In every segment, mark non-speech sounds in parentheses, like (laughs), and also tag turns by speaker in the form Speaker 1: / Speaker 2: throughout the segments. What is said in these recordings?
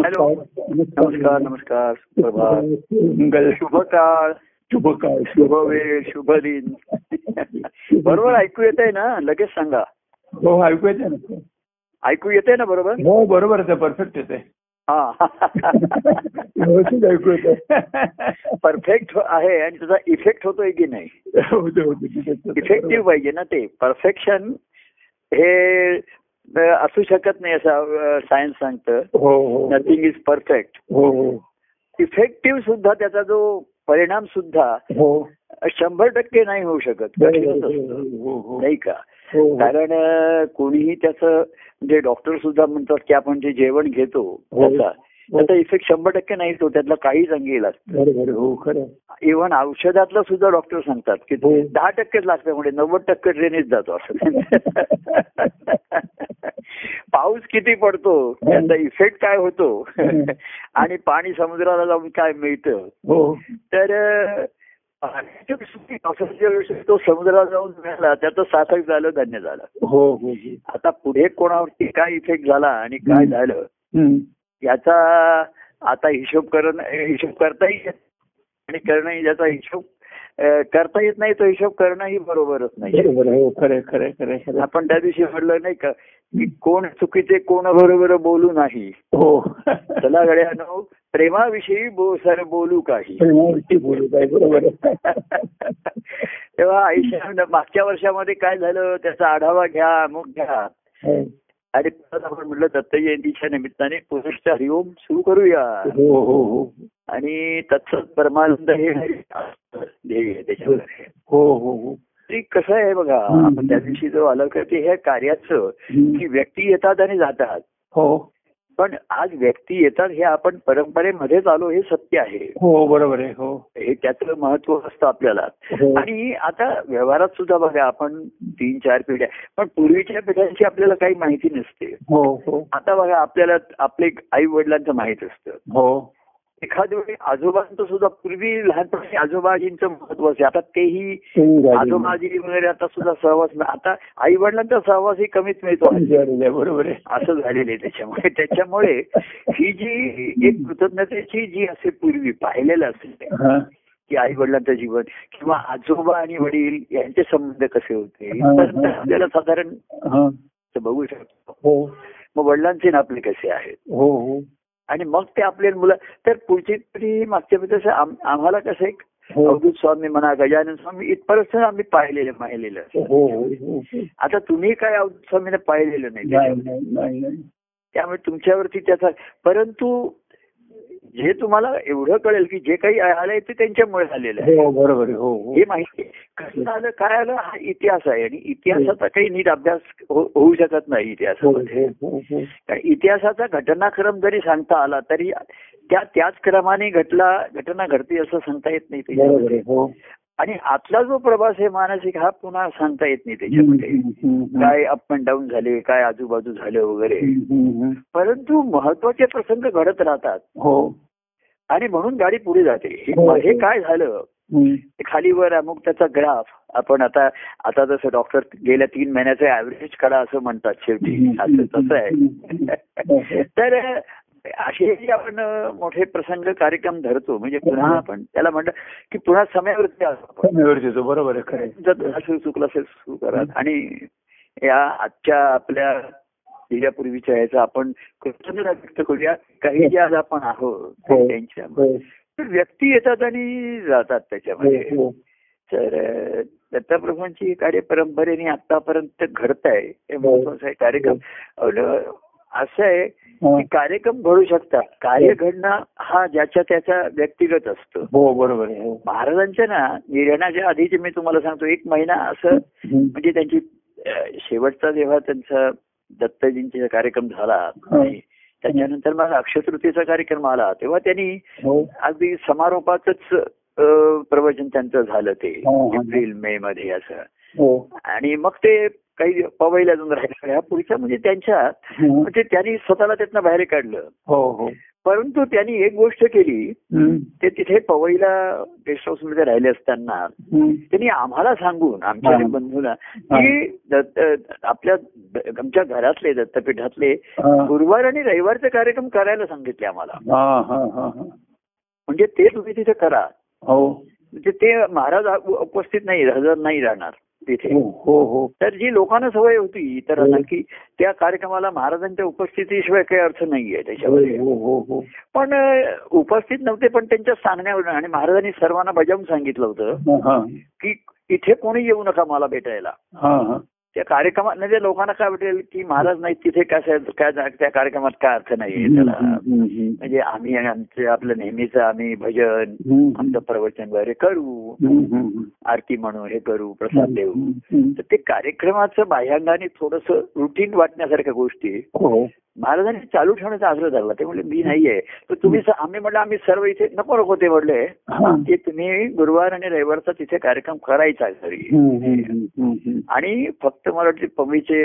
Speaker 1: Hello. नमस्कार नमस्कार प्रभात मंगल शुभ काळ
Speaker 2: शुभ काळ
Speaker 1: शुभ वेळ शुभ दिन बरोबर ऐकू येत आहे ना लगेच सांगा
Speaker 2: हो ऐकू येते ना
Speaker 1: ऐकू येते ना बरोबर
Speaker 2: हो बरोबर आहे परफेक्ट येते
Speaker 1: हा
Speaker 2: व्यवस्थित ऐकू येते
Speaker 1: परफेक्ट आहे आणि त्याचा इफेक्ट होतोय की नाही
Speaker 2: होते होते तिथे तर-
Speaker 1: इफेक्टिव्ह पाहिजे ना ते परफेक्शन हे अं, असू शकत नाही असं सायन्स सांगतं
Speaker 2: हो हो
Speaker 1: नथिंग इज परफेक्ट
Speaker 2: हो हो
Speaker 1: इफेक्टिव्ह सुद्धा त्याचा जो परिणाम सुद्धा
Speaker 2: हो
Speaker 1: शंभर टक्के नाही होऊ शकत कठीणच असतं.
Speaker 2: हो, हो.
Speaker 1: नाही का
Speaker 2: हो, हो.
Speaker 1: कारण अं, कोणीही त्याचं म्हणजे डॉक्टर सुद्धा म्हणतात की आपण जे जेवण घेतो
Speaker 2: हो.
Speaker 1: त्याचा त्याचा इफेक्ट शंभर टक्के नाही तो त्यातला काही सांगेल
Speaker 2: बरोबर आहे, हो खरं आहे.
Speaker 1: इव्हन औषधातलं सुद्धा डॉक्टर सांगतात की
Speaker 2: हो.
Speaker 1: दहा टक्केच लागतं म्हणजे नव्वद टक्के ट्रेनेच जातो असं (laughs) पाऊस किती पडतो त्याचा इफेक्ट काय होतो आणि पाणी समुद्राला जाऊन काय मिळतं
Speaker 2: हो
Speaker 1: तर अं, पाण्याच्या दृष्टीने पावसाच्या दृष्टीने तो समुद्राला जाऊन मिळाला त्याचं सार्थक झालं धन्य झालं
Speaker 2: हो हो हो.
Speaker 1: आता पुढे कोणावरती काय इफेक्ट झाला आणि काय
Speaker 2: हम्म.
Speaker 1: झालं
Speaker 2: हम्म.
Speaker 1: याचा आता हिशोब करण हिशोब करता येत आणि करणं ज्याचा हिशोब अं, करता येत नाही तो हिशोब करणंही बरोबरच नाही
Speaker 2: बरोबर आहे, हो खरं आहे, खरं आहे, खरं आहे, खरं आहे.
Speaker 1: आपण त्या दिवशी म्हटलं नाही का की कोण चुकीचे कोण बरोबर बोलू नाही
Speaker 2: हो (laughs)
Speaker 1: चला गड्यानो प्रेमाविषयी बो सर बोलू काही
Speaker 2: प्रेमावरती बोलू काय बरोबर आहे.
Speaker 1: तेव्हा आयुष्या मागच्या वर्षामध्ये काय झालं त्याचा आढावा घ्या अमुक घ्या
Speaker 2: हो
Speaker 1: आणि परत आपण म्हटलं दत्त जयंतीच्या निमित्ताने पुरुषचा हरिओम सुरू करूया
Speaker 2: हो हो हो
Speaker 1: आणि तत्सत परमानंद हे असतं ध्येय त्याच्यामध्ये
Speaker 2: हो हो हो
Speaker 1: ते कसं आहे बघा आपण त्या दिवशी जो आलं का ते ह्या कार्याचं की
Speaker 2: हम्म.
Speaker 1: व्यक्ती येतात आणि जातात
Speaker 2: हो
Speaker 1: पण आज व्यक्ती येतात हे आपण परंपरेमध्येच आलो हे सत्य आहे
Speaker 2: हो बरोबर आहे हो
Speaker 1: हे त्याचं महत्व असतं आपल्याला
Speaker 2: हो
Speaker 1: आणि आता व्यवहारात सुद्धा बघा आपण तीन चार पिढ्या पण पूर्वीच्या पिढ्यांची आपल्याला काही माहिती नसते
Speaker 2: हो हो
Speaker 1: आता बघा आपल्याला आपले आई वडिलांचं माहित असतं
Speaker 2: हो
Speaker 1: एखाद्या वेळी आजोबांचं सुद्धा पूर्वी लहानपणी आजोबाजींचं महत्व असे आता तेही आजोबाजी वगैरे आता सुद्धा सहवास नाही. आता आई वडिलांचा सहवासही कमीच मिळतो आहे.
Speaker 2: बरोबर आहे बरोबर आहे
Speaker 1: असं झालेलं आहे त्याच्यामुळे त्याच्यामुळे ही जी एक कृतज्ञतेची जी असे पूर्वी पाहिलेलं असेल
Speaker 2: हा,
Speaker 1: की आई वडिलांचं जीवन किंवा आजोबा आणि वडील यांचे संबंध कसे होते
Speaker 2: हा, हा.
Speaker 1: तर आपल्याला साधारण
Speaker 2: हा.
Speaker 1: बघू शकतो
Speaker 2: हो
Speaker 1: मग वडिलांचे आणि आपले कसे आहेत
Speaker 2: हो हो
Speaker 1: आणि मग ते आपले मुलं तर पुढची पिढी मागच्या पिढी तसं आम- आम्हाला कसं एक
Speaker 2: हो हो
Speaker 1: अवधूत स्वामी म्हणा गजानन स्वामी इथपर्यंत आम्ही पाहिलेलं पाहिलेलं असतं.
Speaker 2: हो हो.
Speaker 1: आता तुम्ही काय अवधूत स्वामीने पाहिलेलं नाही
Speaker 2: नाही,
Speaker 1: त्याच्यामुळे-
Speaker 2: नाही, नाही, नाही.
Speaker 1: त्यामुळे तुमच्यावरती त्याचा परंतु जे तुम्हाला एवढं कळेल की जे काही आलंय ते त्यांच्यामुळे झालेलं आहे
Speaker 2: हो बरोबर आहे, हो हो
Speaker 1: हे माहिती आहे. कसं आलं काय आलं हा इतिहास आहे आणि इतिहासाचा काही नीट अभ्यास हो- होऊ शकत नाही
Speaker 2: हो,
Speaker 1: इतिहासामध्ये
Speaker 2: हो, हो, हो.
Speaker 1: कारण इतिहासाचा घटनाक्रम जरी सांगता आला तरी त्या त्याच क्रमाने घटला घटना घडते असं सांगता येत नाही
Speaker 2: बरोबर
Speaker 1: त्याच्यामध्ये
Speaker 2: आहे, हो
Speaker 1: आणि आतला जो प्रवास आहे मानसिक हा पुन्हा सांगता येत नाही
Speaker 2: हम्म,
Speaker 1: त्याच्यामध्ये
Speaker 2: हम्म, हम्म.
Speaker 1: काय अप अँड डाऊन झाले काय आजूबाजू झालं वगैरे
Speaker 2: हम्म, हम्म, हम्म.
Speaker 1: परंतु महत्वाचे प्रसंग घडत राहतात
Speaker 2: हो
Speaker 1: आणि म्हणून गाडी पुढे जाते हे-
Speaker 2: हो.
Speaker 1: हे काय झालं
Speaker 2: हम्म.
Speaker 1: खालीवर अमुक त्याचा ग्राफ आपण आता आता जसं डॉक्टर गेल्या तीन महिन्याचे ऍव्हरेज काढा असं म्हणतात शेवटी असं तसं आहे (laughs) तर असे जे आपण मोठे प्रसंग कार्यक्रम धरतो म्हणजे पुन्हा आपण त्याला म्हणतो की पुन्हा समयावरती असतो आपण.
Speaker 2: कमीवरती येतो, बरोबर आहे खरं आहे.
Speaker 1: जर तुला सुरू चुकलं असेल सुरू करा आणि या आजच्या आपल्या पिढ्यापूर्वीच्या ह्याचा आपण कृतज्ञता व्यक्त करूया काही जे आज आपण आहोत
Speaker 2: हो.
Speaker 1: त्यांच्या
Speaker 2: हो,
Speaker 1: तर व्यक्ती येतात आणि जातात त्याच्यामध्ये
Speaker 2: हो,
Speaker 1: तर अ, दत्तप्रभूंची कार्य परंपरेने आतापर्यंत घडत आहे हे महत्वाचं आहे कार्यक्रम अन, असं आहे की
Speaker 2: हो.
Speaker 1: कार्यक्रम घडू शकतात कार्य घडणं हा ज्याच्या त्याचा व्यक्तिगत असतो
Speaker 2: हो बरोबर आहे हो
Speaker 1: महाराजांच्या ना निर्याणाच्या आधीचे मी तुम्हाला सांगतो एक महिना असं
Speaker 2: हम्म.
Speaker 1: म्हणजे त्यांची अ, शेवटचा जेव्हा त्यांचा दत्तजींचा कार्यक्रम झाला
Speaker 2: हो.
Speaker 1: आणि त्याच्यानंतर मग अक्षतृतीचा कार्यक्रम आला तेव्हा त्यांनी
Speaker 2: हो
Speaker 1: अगदी समारोपातच अ, प्रवचन त्यांचं झालं ते
Speaker 2: हो, हो.
Speaker 1: एप्रिल मे मध्ये असं
Speaker 2: हो
Speaker 1: आणि मग ते काही पवईला जाऊन राहिलं ह्या पुढच्या म्हणजे त्यांच्या
Speaker 2: हम्म.
Speaker 1: म्हणजे त्यांनी स्वतःला त्यातनं बाहेर काढलं
Speaker 2: हो हो
Speaker 1: परंतु त्यांनी एक गोष्ट केली ते तिथे पवईला गेस्ट हाऊस मध्ये राहिले असताना त्यांनी आम्हाला सांगून आमच्या
Speaker 2: हा.
Speaker 1: बंधूला की दत्त- आपल्या द- आमच्या घरातले दत्तपीठातले गुरुवार आणि रविवारचे कार्यक्रम करायला सांगितले आम्हाला
Speaker 2: हा हा हा हा.
Speaker 1: म्हणजे ते तुम्ही तिथे करा
Speaker 2: हो
Speaker 1: म्हणजे ते महाराज आ- उ- उपस्थित नाही हजर नाही राहणार तिथे
Speaker 2: हो हो हो
Speaker 1: तर जी लोकांना सवय होती इतरांना
Speaker 2: हो.
Speaker 1: की त्या कार्यक्रमाला महाराजांच्या उपस्थितीशिवाय काही अर्थ नाहीये त्याच्यामध्ये
Speaker 2: हो हो हो
Speaker 1: पण अ, उपस्थित नव्हते पण त्यांच्या सांगण्यावरून आणि महाराजांनी सर्वांना बजावून सांगितलं होतं
Speaker 2: हा हा
Speaker 1: की इथे कोणी येऊ नका मला भेटायला
Speaker 2: हा हा
Speaker 1: त्या कार्यक्रमात म्हणजे लोकांना काय वाटेल की महाराज नाही तिथे काय काय त्या कार्यक्रमात काय अर्थ नाहीये त्याला
Speaker 2: हम्म, हम्म,
Speaker 1: म्हणजे आम्ही आमचे आपलं नेहमीचं आम्ही भजन
Speaker 2: हम्म.
Speaker 1: आमचं प्रवचन वगैरे करू
Speaker 2: हम्म, हम्म, हम्म.
Speaker 1: आरती म्हणू हे करू प्रसाद देऊ
Speaker 2: हम्म,
Speaker 1: तर ते कार्यक्रमाचं बाह्यांगाने थोडस रुटीन वाटण्यासारख्या गोष्टी
Speaker 2: हो
Speaker 1: महाराजांनी चालू ठेवण्याचा आग्रह धरला ते म्हणले मी नाहीये तर तुम्ही स- आम्ही म्हणलं आम्ही सर्व इथे नको नको ते म्हणले
Speaker 2: हा.
Speaker 1: की तुम्ही गुरुवार आणि रविवारचा तिथे कार्यक्रम करायचा घरी
Speaker 2: हम्म, हम्म, हम्म, हम्म.
Speaker 1: आणि फक्त मला वाटते पमीचे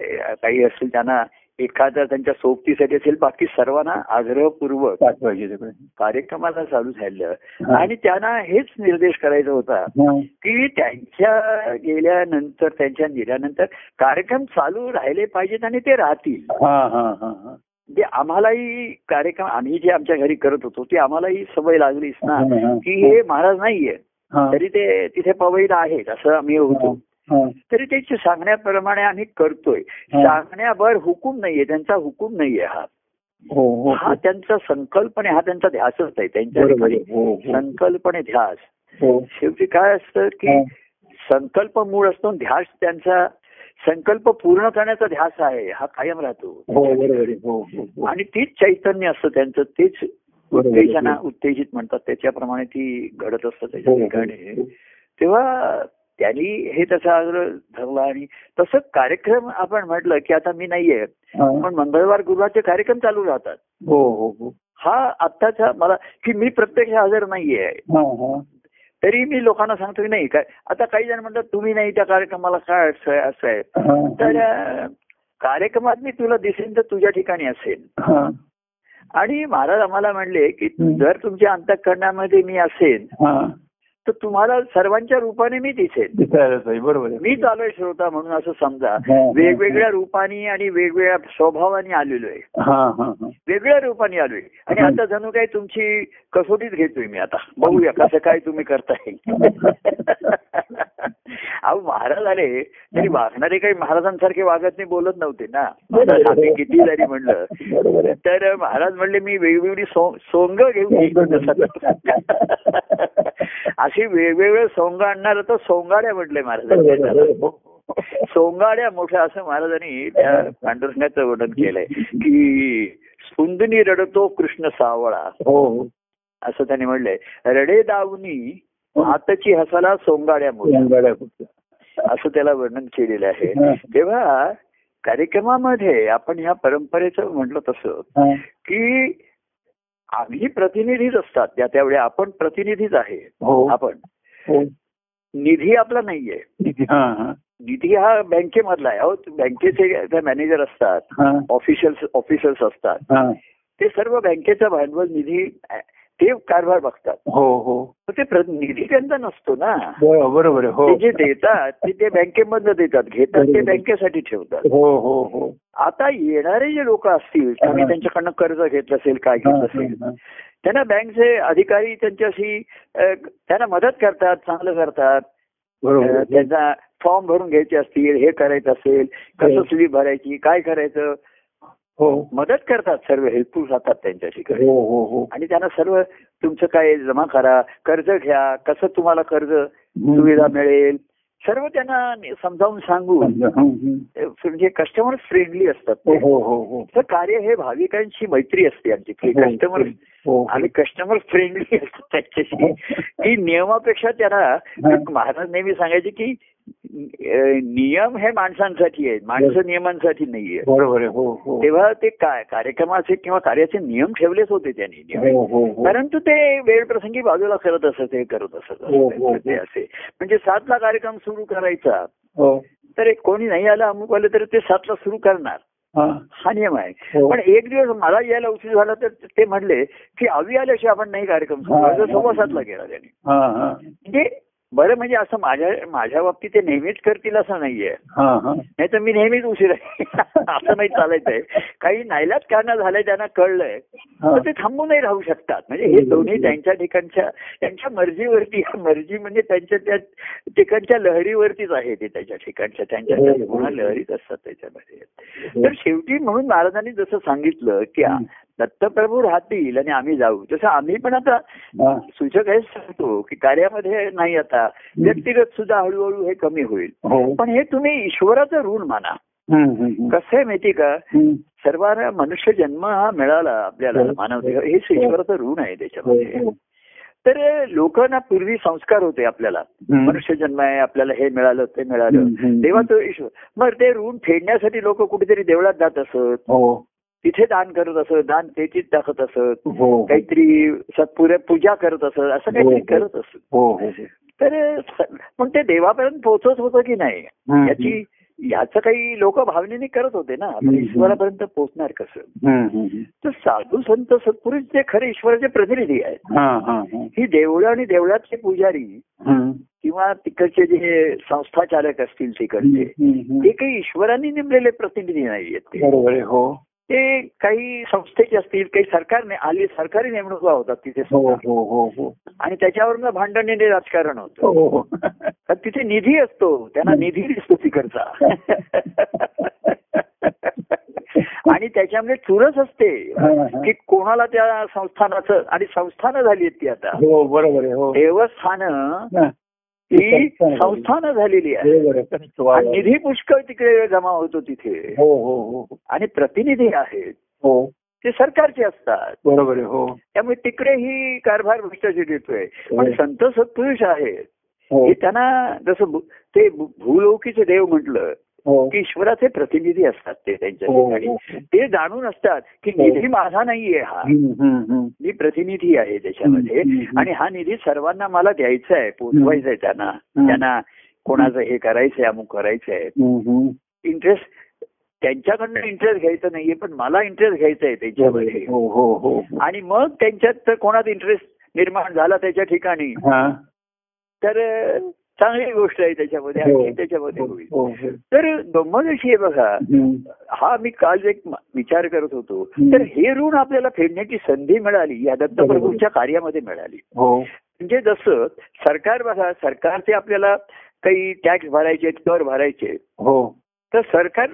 Speaker 1: अ, काही असतील त्यांना एखादा त्यांच्या सोबतीसाठी असेल बाकी सर्वांना आग्रहपूर्वक
Speaker 2: पाठवायचे तिकडे
Speaker 1: कार्यक्रमाला चालू झालं
Speaker 2: हा.
Speaker 1: आणि त्यांना हेच निर्देश करायचा होता
Speaker 2: हा.
Speaker 1: की त्यांच्या गेल्यानंतर त्यांच्या निल्यानंतर कार्यक्रम चालू राहिले पाहिजेत आणि ते राहतील
Speaker 2: हा हा हा हा
Speaker 1: म्हणजे आम्हालाही कार्यक्रम आम्ही जे आमच्या घरी करत होतो ती आम्हालाही सवय लागलीच ना
Speaker 2: हा, हा.
Speaker 1: की हे महाराज नाहीये
Speaker 2: हा.
Speaker 1: तरी ते तिथे पवईला आहेत असं आम्ही होतो
Speaker 2: हा.
Speaker 1: तरी त्याचे सांगण्याप्रमाणे आम्ही करतोय
Speaker 2: हा.
Speaker 1: सांगण्यावर हुकूम नाहीये त्यांचा हुकूम नाहीये हा
Speaker 2: हो हो
Speaker 1: हा त्यांचा संकल्प आणि हा त्यांचा ध्यासच आहे त्यांच्या
Speaker 2: बरोबर
Speaker 1: ठिकाणी.
Speaker 2: आहे. हो हो
Speaker 1: संकल्प आणि ध्यास
Speaker 2: हो
Speaker 1: शेवटी काय असतं की
Speaker 2: हा.
Speaker 1: संकल्प मूळ असतो आणि ध्यास त्यांचा संकल्प पूर्ण करण्याचा ध्यास आहे हा कायम
Speaker 2: हो
Speaker 1: राहतो
Speaker 2: बरोबर आहे. हो हो हो.
Speaker 1: आणि तीच चैतन्य असतं त्यांचं तेच
Speaker 2: बरोबर आहे.
Speaker 1: उत्तेजना उत्तेजित म्हणतात त्याच्याप्रमाणे ती घडत असतं त्याच्या
Speaker 2: हो, हो.
Speaker 1: ठिकाणी तेव्हा त्यांनी हे तसा आग्रह धरला आणि तसं कार्यक्रम आपण म्हटलं की आता मी नाहीये
Speaker 2: हा.
Speaker 1: पण मंगळवार गुरुवारचे कार्यक्रम चालू राहतात
Speaker 2: हो हो हो
Speaker 1: हा आत्ताचा मला की मी प्रत्यक्ष हजर नाहीये
Speaker 2: हा हा
Speaker 1: तरी मी लोकांना सांगतो की नाही काय आता काही जण म्हणतात तुम्ही नाही त्या कार्यक्रमाला काय अर्थ आहे असं आहे
Speaker 2: हा,
Speaker 1: तर अं, कार्यक्रमात मी तुला दिसेन तर तुझ्या ठिकाणी असेल
Speaker 2: हा
Speaker 1: आणि महाराज आम्हाला म्हणले की
Speaker 2: हं.
Speaker 1: जर तुमच्या अंतःकरणामध्ये मी असेल
Speaker 2: हा
Speaker 1: तर तुम्हाला सर्वांच्या रूपाने मी दिसेन
Speaker 2: दिसायलाच पाहिजे. बरोबर आहे.
Speaker 1: मी चालू श्रोता म्हणून असं समजा
Speaker 2: हं.
Speaker 1: वेगवेगळ्या रूपाने आणि वेगवेगळ्या स्वभावाने आलेलो आहे
Speaker 2: हा हा हा
Speaker 1: वेगळ्या रूपाने आलोय आणि
Speaker 2: हं.
Speaker 1: आता जणू काही तुमची कसोटीच घेतोय मी आता
Speaker 2: (laughs)
Speaker 1: बघूया कसं काय तुम्ही करताय अहो महाराज आले तरी वागणारे काही महाराजांसारखे वागत नाही बोलत नव्हते ना महाराज आम्ही किती जरी म्हणलं
Speaker 2: बरोबर आहे.
Speaker 1: तर महाराज म्हणले मी वेगवेगळी सो- सोंग घेऊन येईन. (laughs) अशी वेगवेगळे सोंग आणणार तर सोंगाड्या म्हटले
Speaker 2: बरोबर
Speaker 1: महाराजांनी
Speaker 2: आहे. हो, हो.
Speaker 1: सोंगाड्या मोठ्या असं महाराजांनी त्या पांडुरंगाचं वर्णन केलंय की स्पुंदनी रडतो कृष्ण सावळा
Speaker 2: हो हो
Speaker 1: असं त्यांनी म्हणलंय रडे दावनी आताची हसाला सोंगाड्या मोठ्या
Speaker 2: रंगाळ्या कुठल्या.
Speaker 1: असं त्याला वर्णन केलेलं आहे
Speaker 2: हा,
Speaker 1: तेव्हा कार्यक्रमामध्ये आपण ह्या परंपरेचं म्हटलं तसं
Speaker 2: हा.
Speaker 1: की आम्ही प्रतिनिधीच असतात त्या त्यावेळी आपण प्रतिनिधीच आहे
Speaker 2: हो
Speaker 1: आपण
Speaker 2: हो
Speaker 1: निधी आपला नाहीये
Speaker 2: हा हा
Speaker 1: निधी हा बँकेमधला आहे अहो, बँकेचे जे मॅनेजर असतात
Speaker 2: हा
Speaker 1: ऑफिशियल्स ऑफिसर्स असतात
Speaker 2: हा
Speaker 1: ते सर्व बँकेचा भांडवल निधी अ, ते कारभार बघतात
Speaker 2: हो हो
Speaker 1: पण ते प्र- निधी त्यांचा नसतो ना
Speaker 2: बरो- बरोबर आहे.
Speaker 1: ते जे
Speaker 2: हो
Speaker 1: देतात ते ते बँकेमधनं देतात घेतात ते
Speaker 2: बरोबर.
Speaker 1: बँकेसाठी ठेवतात
Speaker 2: हो हो हो
Speaker 1: आता येणारे जे लोक असतील आम्ही त्यांच्याकडनं कर्ज घेतलं असेल काय
Speaker 2: हा,
Speaker 1: घेतलं असेल
Speaker 2: हा,
Speaker 1: त्यांना बँकचे अधिकारी त्यांच्याशी अ, त्यांना मदत करतात चांगलं करतात
Speaker 2: बरोबर
Speaker 1: अ,
Speaker 2: आहे.
Speaker 1: त्यांना फॉर्म भरून घ्यायचे असतील हे करायचं असेल कसं
Speaker 2: हो.
Speaker 1: स्लीप भरायची काय करायचं
Speaker 2: हो
Speaker 1: मदत करतात सर्व हेल्पफुल राहतात त्यांच्या ठिकाणी
Speaker 2: हो हो हो
Speaker 1: आणि त्यांना सर्व तुमचं काय जमा करा कर्ज घ्या कसं तुम्हाला कर्ज
Speaker 2: हम्म.
Speaker 1: सुविधा मिळेल सर्व त्यांना नि- समजावून सांगून
Speaker 2: हम्म, हम्म.
Speaker 1: अ, म्हणजे कस्टमर फ्रेंडली असतात
Speaker 2: हो
Speaker 1: ते
Speaker 2: हो हो हो
Speaker 1: तर कार्य हे भाविकांशी मैत्री असते आमची की
Speaker 2: हो,
Speaker 1: कस्टमर
Speaker 2: हो
Speaker 1: आणि कस्टमर फ्रेंडली (laughs) असतात त्यांच्याशी की नियमापेक्षा त्यांना
Speaker 2: हा.
Speaker 1: महाराज नेहमी सांगायचे की अ, नियम हे माणसांसाठी आहेत माणसं नियमांसाठी नाहीये
Speaker 2: बरोबर आहे. हो हो
Speaker 1: तेव्हा ते काय कार्यक्रमाचे किंवा कार्याचे नियम ठेवलेच होते त्यांनी नियम.
Speaker 2: हो हो हो
Speaker 1: परंतु ते वेळ प्रसंगी बाजूला करत असत हे करत असत
Speaker 2: हो, हो,
Speaker 1: ते
Speaker 2: हो.
Speaker 1: असे म्हणजे सातला कार्यक्रम सुरू करायचा
Speaker 2: हो
Speaker 1: तर एक कोणी नाही आला अमुक आले तर ते सातला सुरू करणार
Speaker 2: हा.
Speaker 1: हा नियम आहे
Speaker 2: हो.
Speaker 1: पण एक दिवस मला यायला उशीर झाला तर ते म्हणले की अवी आल्याशिवाय आपण नाही कार्यक्रम सुरू करायचा.
Speaker 2: हा.
Speaker 1: सव्वा सातला गेला त्यांनी
Speaker 2: हा, हा.
Speaker 1: म्हणजे बरं म्हणजे असं माझ्या माझ्या बाबतीत ते नेहमीच करतील असं नाहीये
Speaker 2: हा, हा.
Speaker 1: नाही तर मी नेहमीच उशीर आहे (laughs) असं नाही चालायचंय काही नाईलाज कारण झालंय त्यांना कळलंय
Speaker 2: हा.
Speaker 1: तर ते थांबूनही राहू शकतात म्हणजे हे दोन्ही त्यांच्या ठिकाणच्या त्यांच्या मर्जीवरती मर्जी म्हणजे त्यांच्या त्या ठिकाणच्या लहरीवरतीच आहे ते त्याच्या ठिकाणच्या त्यांच्या
Speaker 2: हो,
Speaker 1: त्या पुन्हा लहरीत असतात त्याच्यामध्ये तर शेवटी म्हणून महाराजांनी जसं सांगितलं की आ- दत्तप्रभू राहतील आणि आम्ही जाऊ तसं आम्ही पण आता
Speaker 2: हा.
Speaker 1: सूचक हेच सांगतो की कार्यामध्ये नाही आता व्यक्तिगत सुद्धा हळूहळू हे कमी होईल
Speaker 2: हो.
Speaker 1: पण हे तुम्ही ईश्वराचं ऋण माना
Speaker 2: हम्म, हम्म,
Speaker 1: कसं आहे माहिती का
Speaker 2: हम्म.
Speaker 1: सर्वांना मनुष्य जन्म हा मिळाला आपल्याला
Speaker 2: हो.
Speaker 1: मानव हे ईश्वराचं ऋण आहे त्याच्यामध्ये
Speaker 2: हो.
Speaker 1: तर लोकांना पूर्वी संस्कार होते आपल्याला
Speaker 2: हम्म.
Speaker 1: मनुष्य जन्म आहे आपल्याला हे मिळालं ते मिळालं
Speaker 2: हम्म, हम्म.
Speaker 1: देवाचं ईश्वर मग ते ऋण फेडण्यासाठी लोक कुठेतरी देवळात जात असत
Speaker 2: हो
Speaker 1: तिथे दान करत असत दान तेचीच दाखवत असत
Speaker 2: हो
Speaker 1: काहीतरी सत्पुरे पूजा करत असत असं काहीतरी
Speaker 2: हो.
Speaker 1: करत असत
Speaker 2: हो हो
Speaker 1: तर स- पण ते देवापर्यंत पोहोचत होतं की नाही
Speaker 2: हम्म,
Speaker 1: याची याचं काही लोक भावनेने करत होते ना आपण
Speaker 2: हम्म.
Speaker 1: ईश्वरापर्यंत पोहोचणार कसं
Speaker 2: हम्म, हम्म.
Speaker 1: तर साधू संत सत्पुरुष जे खरे ईश्वराचे प्रतिनिधी आहेत
Speaker 2: हा, हा, हा.
Speaker 1: ही देवळं आणि देवळातले पुजारी
Speaker 2: हम्म.
Speaker 1: किंवा तिकडचे जे संस्था चालक असतील तिकडचे
Speaker 2: हम्म, हम्म.
Speaker 1: ते काही ईश्वरांनी नेमलेले प्रतिनिधी नाहीयेत ते.
Speaker 2: बरोबर आहे हो
Speaker 1: ते काही संस्थेचे असतील काही सरकारने आली सरकारी नेमणुका होतात तिथे
Speaker 2: हो
Speaker 1: सुद्धा.
Speaker 2: हो हो हो
Speaker 1: आणि त्याच्यावरनं भांडण आणि राजकारण होतं
Speaker 2: हो हो
Speaker 1: तर तिथे निधी असतो त्यांना निधी दिसतो तिकडचा
Speaker 2: (laughs)
Speaker 1: आणि त्याच्यामध्ये चुरस असते
Speaker 2: हा, हा.
Speaker 1: की कोणाला त्या संस्थानाचं आणि संस्थानं झाली आहेत ती आता
Speaker 2: हो बरोबर आहे हो
Speaker 1: देवस्थानं
Speaker 2: हा.
Speaker 1: ही
Speaker 2: संस्थानं झाली.
Speaker 1: संस्थानं झालेली आहे
Speaker 2: बरोबर आहे. खरंच वा, वा.
Speaker 1: आणि निधी पुष्कळ तिकडे जमा होतो तिथे
Speaker 2: हो हो हो हो.
Speaker 1: आणि प्रतिनिधी आहेत
Speaker 2: हो
Speaker 1: ते सरकारचे असतात
Speaker 2: बरोबर आहे हो
Speaker 1: त्यामुळे तिकडे ही कारभार भ्रष्टाचारी येतोय पण संत सत्पुरुष आहेत
Speaker 2: हो
Speaker 1: हे त्यांना जसं भू- ते भू- भूलौकीचे देव म्हटलं
Speaker 2: हो
Speaker 1: की ईश्वराचे प्रतिनिधी असतात ते त्यांच्या
Speaker 2: हो,
Speaker 1: ठिकाणी
Speaker 2: हो.
Speaker 1: ते जाणून असतात की
Speaker 2: हो.
Speaker 1: निधी माझा नाहीये हा
Speaker 2: हम्म, हम्म, हम्म.
Speaker 1: मी प्रतिनिधी आहे त्याच्यामध्ये
Speaker 2: हम्म, हम्म.
Speaker 1: आणि हा निधी सर्वांना मला द्यायचा आहे पोचवायचा आहे त्यांना त्यांना कोणाचं हे करायचंय अमुक करायचंय
Speaker 2: हम्म, हम्म.
Speaker 1: इंटरेस्ट त्यांच्याकडनं इंटरेस्ट घ्यायचं नाहीये पण मला इंटरेस्ट घ्यायचा आहे त्याच्यामध्ये
Speaker 2: हो हो हो हो.
Speaker 1: आणि मग त्यांच्यात तर कोणात इंटरेस्ट निर्माण झाला त्याच्या ठिकाणी
Speaker 2: हा.
Speaker 1: तर अं, चांगली गोष्ट आहे त्याच्यामध्ये
Speaker 2: हो.
Speaker 1: आणखी त्याच्यामध्ये
Speaker 2: हो,
Speaker 1: होईल
Speaker 2: हो, हो.
Speaker 1: तर गंमत अशी आहे बघा
Speaker 2: हम्म.
Speaker 1: हा मी काल एक म- विचार करत होतो
Speaker 2: हम्म.
Speaker 1: तर हे ऋण आपल्याला फेडण्याची संधी मिळाली या दत्तप्रभूंच्या कार्यामध्ये मिळाली
Speaker 2: हो
Speaker 1: म्हणजे जसं सरकार बघा सरकारचे आपल्याला काही टॅक्स भरायचे कर भरायचे
Speaker 2: हो
Speaker 1: तर सरकार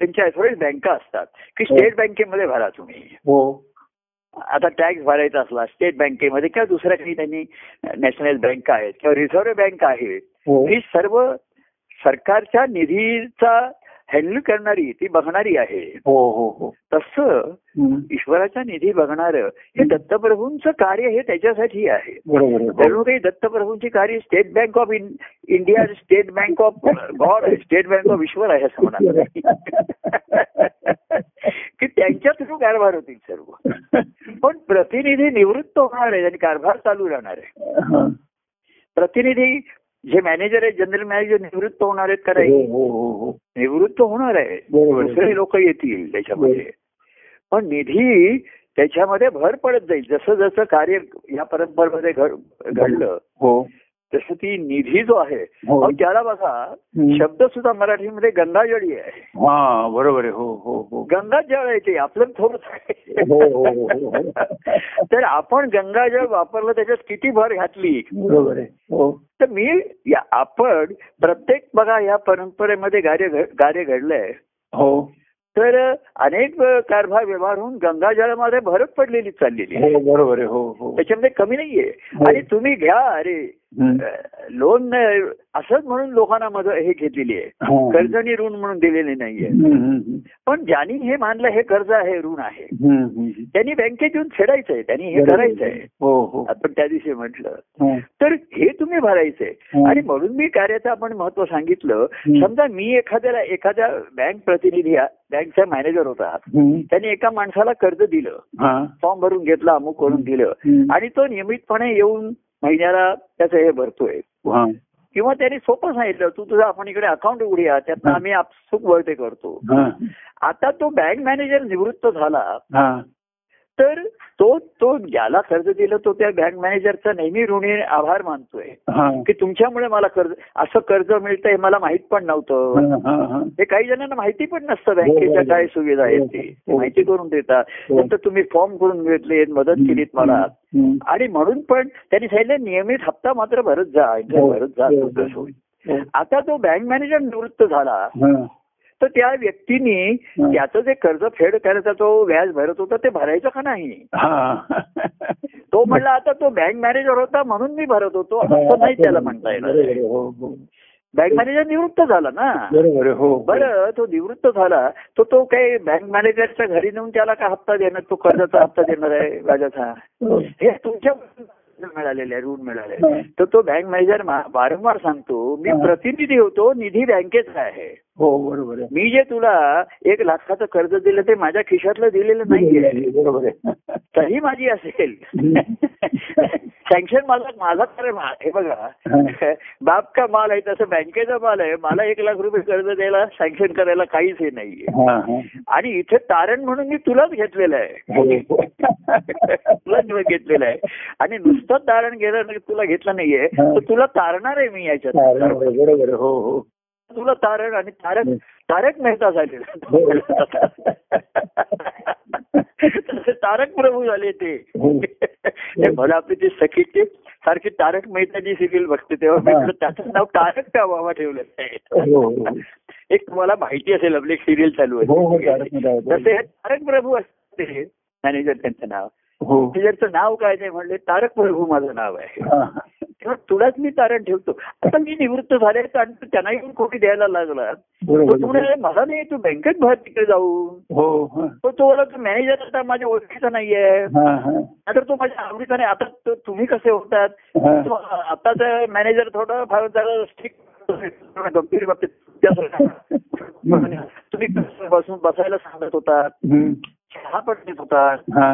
Speaker 1: त्यांच्या ऍथॉरिटी बँका असतात की
Speaker 2: हो.
Speaker 1: स्टेट बँकेमध्ये भरा तुम्ही
Speaker 2: हो
Speaker 1: आता टॅक्स भरायचा असला स्टेट बँकेमध्ये किंवा दुसऱ्या काही त्यांनी नॅशनल बँक आहेत किंवा रिझर्व्ह बँक आहे
Speaker 2: हो
Speaker 1: ही सर्व सरकारच्या निधीचा हँडल करणारी ती बघणारी आहे
Speaker 2: हो हो हो
Speaker 1: तसं
Speaker 2: हम्म.
Speaker 1: ईश्वराचा निधी बघणारं हे दत्तप्रभूंचं कार्य हे त्याच्यासाठी आहे
Speaker 2: बरोबर आहे हो.
Speaker 1: जणू काही दत्तप्रभूंची कार्य स्टेट बँक ऑफ इन- India state bank of God आहे स्टेट बँक ऑफ ईश्वर आहे असं म्हणा
Speaker 2: हो,
Speaker 1: की त्यांच्या थ्रू कारभार होतील सर्व पण प्रतिनिधी निवृत्त होणार आहे आणि कारभार चालू राहणार आहे
Speaker 2: हा.
Speaker 1: प्रतिनिधी जे मॅनेजर आहेत जनरल मॅनेजर निवृत्त होणार आहेत का
Speaker 2: हो
Speaker 1: नाही
Speaker 2: हो हो हो
Speaker 1: निवृत्त होणार आहे
Speaker 2: बरोबर आहे.
Speaker 1: दुसरे लोक येतील त्याच्यामध्ये पण निधी त्याच्यामध्ये भर पडत जाईल जसं जसं कार्य या परंपरेमध्ये घड- घडलं
Speaker 2: हो
Speaker 1: तसं ती निधी जो आहे
Speaker 2: हो
Speaker 1: अहो, त्याला बघा
Speaker 2: हम्म.
Speaker 1: शब्द सुद्धा मराठीमध्ये गंगाजळी आहे
Speaker 2: हा बरोबर आहे हो हो हो
Speaker 1: गंगाजळ आहे ते आपलं थोडंच आहे.
Speaker 2: हो, हो, हो, हो.
Speaker 1: (laughs) तर आपण गंगाजळ वापरलं त्याच्यात किती भर घातली
Speaker 2: बरोबर आहे हो
Speaker 1: तर मी या- आपण प्रत्येक बघा या परंपरेमध्ये कार्य घड- कार्य घडलंय
Speaker 2: हो
Speaker 1: तर अनेक कारभार व्यवहार होऊन गंगाजळामध्ये भरत पडलेली चाललेली आहे
Speaker 2: हो बरोबर आहे हो हो
Speaker 1: त्याच्यामध्ये कमी नाहीये
Speaker 2: हो.
Speaker 1: आणि तुम्ही घ्या अरे
Speaker 2: हम्म.
Speaker 1: लोन असंच म्हणून लोकांना मदत हे घेतलेली आहे
Speaker 2: हा.
Speaker 1: कर्ज आणि ऋण म्हणून दिलेले नाहीये
Speaker 2: हो. हम्म, हम्म,
Speaker 1: पण ज्यांनी हे मानलं हे कर्ज आहे ऋण आहे
Speaker 2: हम्म, हम्म.
Speaker 1: त्यांनी बँकेत येऊन फेडायचंय त्यांनी हे
Speaker 2: बरोबर आहे.
Speaker 1: करायचंय
Speaker 2: हो हो
Speaker 1: आपण त्या दिवशी म्हटलं
Speaker 2: हा.
Speaker 1: तर हे तुम्ही भरायचंय
Speaker 2: हं.
Speaker 1: आणि म्हणून मी कार्याचं आपण महत्व सांगितलं
Speaker 2: हं.
Speaker 1: समजा मी एखाद्याला एखाद्या बँक प्रतिनिधी आ- बँकचा मॅनेजर होता
Speaker 2: हम्म.
Speaker 1: त्यांनी एका माणसाला कर्ज दिलं
Speaker 2: हा.
Speaker 1: फॉर्म भरून घेतला अमुक करून दिलं
Speaker 2: हम्म.
Speaker 1: आणि तो नियमितपणे येऊन महिन्याला त्याचं हे भरतोय
Speaker 2: हा.
Speaker 1: किंवा त्यांनी सोपं सांगितलं तू तुझं आपण इकडे अकाउंट उघडूया त्यातनं
Speaker 2: हा.
Speaker 1: आम्ही आपसूक वळते करतो
Speaker 2: हा
Speaker 1: आता तो बँक मॅनेजर निवृत्त झाला
Speaker 2: हा
Speaker 1: तर तो तो ज्याला कर्ज दिलं तो त्या बँक मॅनेजरचा नेहमी ऋणी आभार मानतोय
Speaker 2: हा
Speaker 1: की तुमच्यामुळे मला कर्ज असं कर्ज मिळतंय मला माहित पण नव्हतं
Speaker 2: हा, हा, हा.
Speaker 1: हे काही जणांना माहिती पण नसतं
Speaker 2: हो,
Speaker 1: बँकेच्या
Speaker 2: हो,
Speaker 1: काय
Speaker 2: हो.
Speaker 1: सुविधा आहेत ते
Speaker 2: हो.
Speaker 1: माहिती करून देतात
Speaker 2: हो.
Speaker 1: नंतर तुम्ही फॉर्म करून घेतले मदत केलीत मला
Speaker 2: हम्म,
Speaker 1: आणि म्हणून पण त्यांनी सांगितलं नियमित हप्ता मात्र भरत जा interest
Speaker 2: हो,
Speaker 1: भरत जा
Speaker 2: हो,
Speaker 1: तुमचं सोय.
Speaker 2: हो.
Speaker 1: आता तो बँक मॅनेजर निवृत्त झाला
Speaker 2: हा,
Speaker 1: तर त्या व्यक्तीने
Speaker 2: हा.
Speaker 1: त्याचं जे कर्ज फेड करायचा तो व्याज भरत होता ते भरायचं का नाही
Speaker 2: हा.
Speaker 1: तो म्हणला आता तो बँक मॅनेजर होता म्हणून मी भरत होतो असं नाही त्याला म्हणता येणार
Speaker 2: बरोबर आहे, हो, हो.
Speaker 1: बँक मॅनेजर निवृत्त झाला ना
Speaker 2: बरोबर आहे, हो
Speaker 1: बरं तो निवृत्त झाला तर तो काही बँक मॅनेजरच्या घरी नेऊन त्याला का हप्ता देणार तो कर्जाचा हप्ता देणार आहे व्याजाचा
Speaker 2: हो.
Speaker 1: हे तुमच्या मिळालेले आहे ऋण मिळाले आहे. तर तो बँक मॅनेजर मा- वारंवार सांगतो मी प्रतिनिधी होतो निधी बँकेचा आहे
Speaker 2: हो बरोबर आहे
Speaker 1: मी जे तुला एक लाखाचं कर्ज दिलं ते माझ्या खिशातलं दिलेलं नाहीये
Speaker 2: बरोबर आहे
Speaker 1: तरी माझी असेल सँक्शन माझा माझा तर मा- हे बघा बाप का माल आहे तसं बँकेचा माल आहे मला एक लाख रुपये कर्ज द्यायला सँक्शन करायला काहीच हे नाहीये
Speaker 2: हा, हा.
Speaker 1: आणि इथे तारण म्हणून मी तुलाच घेतलेलं आहे
Speaker 2: हो.
Speaker 1: तुलाच मी घेतलेलं आहे आणि नुसतं तारण गेलं नाही तुला घेतलं नाहीये तर तुला तारणार आहे मी याच्यात
Speaker 2: बरोबर आहे, बरोबर आहे, हो हो
Speaker 1: तुला तारण आणि तारक तारक मेहता झालेला तसे तारक प्रभू झाले ते
Speaker 2: हो.
Speaker 1: ते मला आपली ती सखी ती सारखी तारक मेहताची सिरियल बघते तेव्हा मी म्हटलं त्याचं नाव तारक का बाबा ठेवलेलं आहे
Speaker 2: हो, हो, हो.
Speaker 1: एक तुम्हाला माहिती असेल आपली सिरियल चालू
Speaker 2: हो, हो,
Speaker 1: आहे
Speaker 2: तारक मेहता, हो.
Speaker 1: तसे हे तारक प्रभू असते मॅनेजर त्यांचं नाव
Speaker 2: हो
Speaker 1: मॅनेजरचं नाव काय नाही म्हणले तारक प्रभू माझं नाव आहे
Speaker 2: हा,
Speaker 1: तेव्हा तुलाच मी तारण ठेवतो आता मी निवृत्त झाले तर आणि त्यांना येऊन कोणी द्यायला लागला
Speaker 2: हो,
Speaker 1: तो
Speaker 2: बरोबर आहे.
Speaker 1: म्हणाला, मला नाही तू बँकेत भर तिकडे जाऊ
Speaker 2: हो हा,
Speaker 1: तो तो बोला तो मॅनेजर आता माझ्या ओळखीचा नाहीये
Speaker 2: हा, हा,
Speaker 1: आता तो माझ्या आवडीचा नाही आता तो- तुम्ही कसे होतात
Speaker 2: हा.
Speaker 1: तो आताच मॅनेजर थोडं फार जरा स्ट्रिक गंभीर बाबतीत त्यासारखा. तुम्ही कसं बसून बसायला सांगत होता
Speaker 2: हम्म.
Speaker 1: चहा पण देत होता
Speaker 2: हा.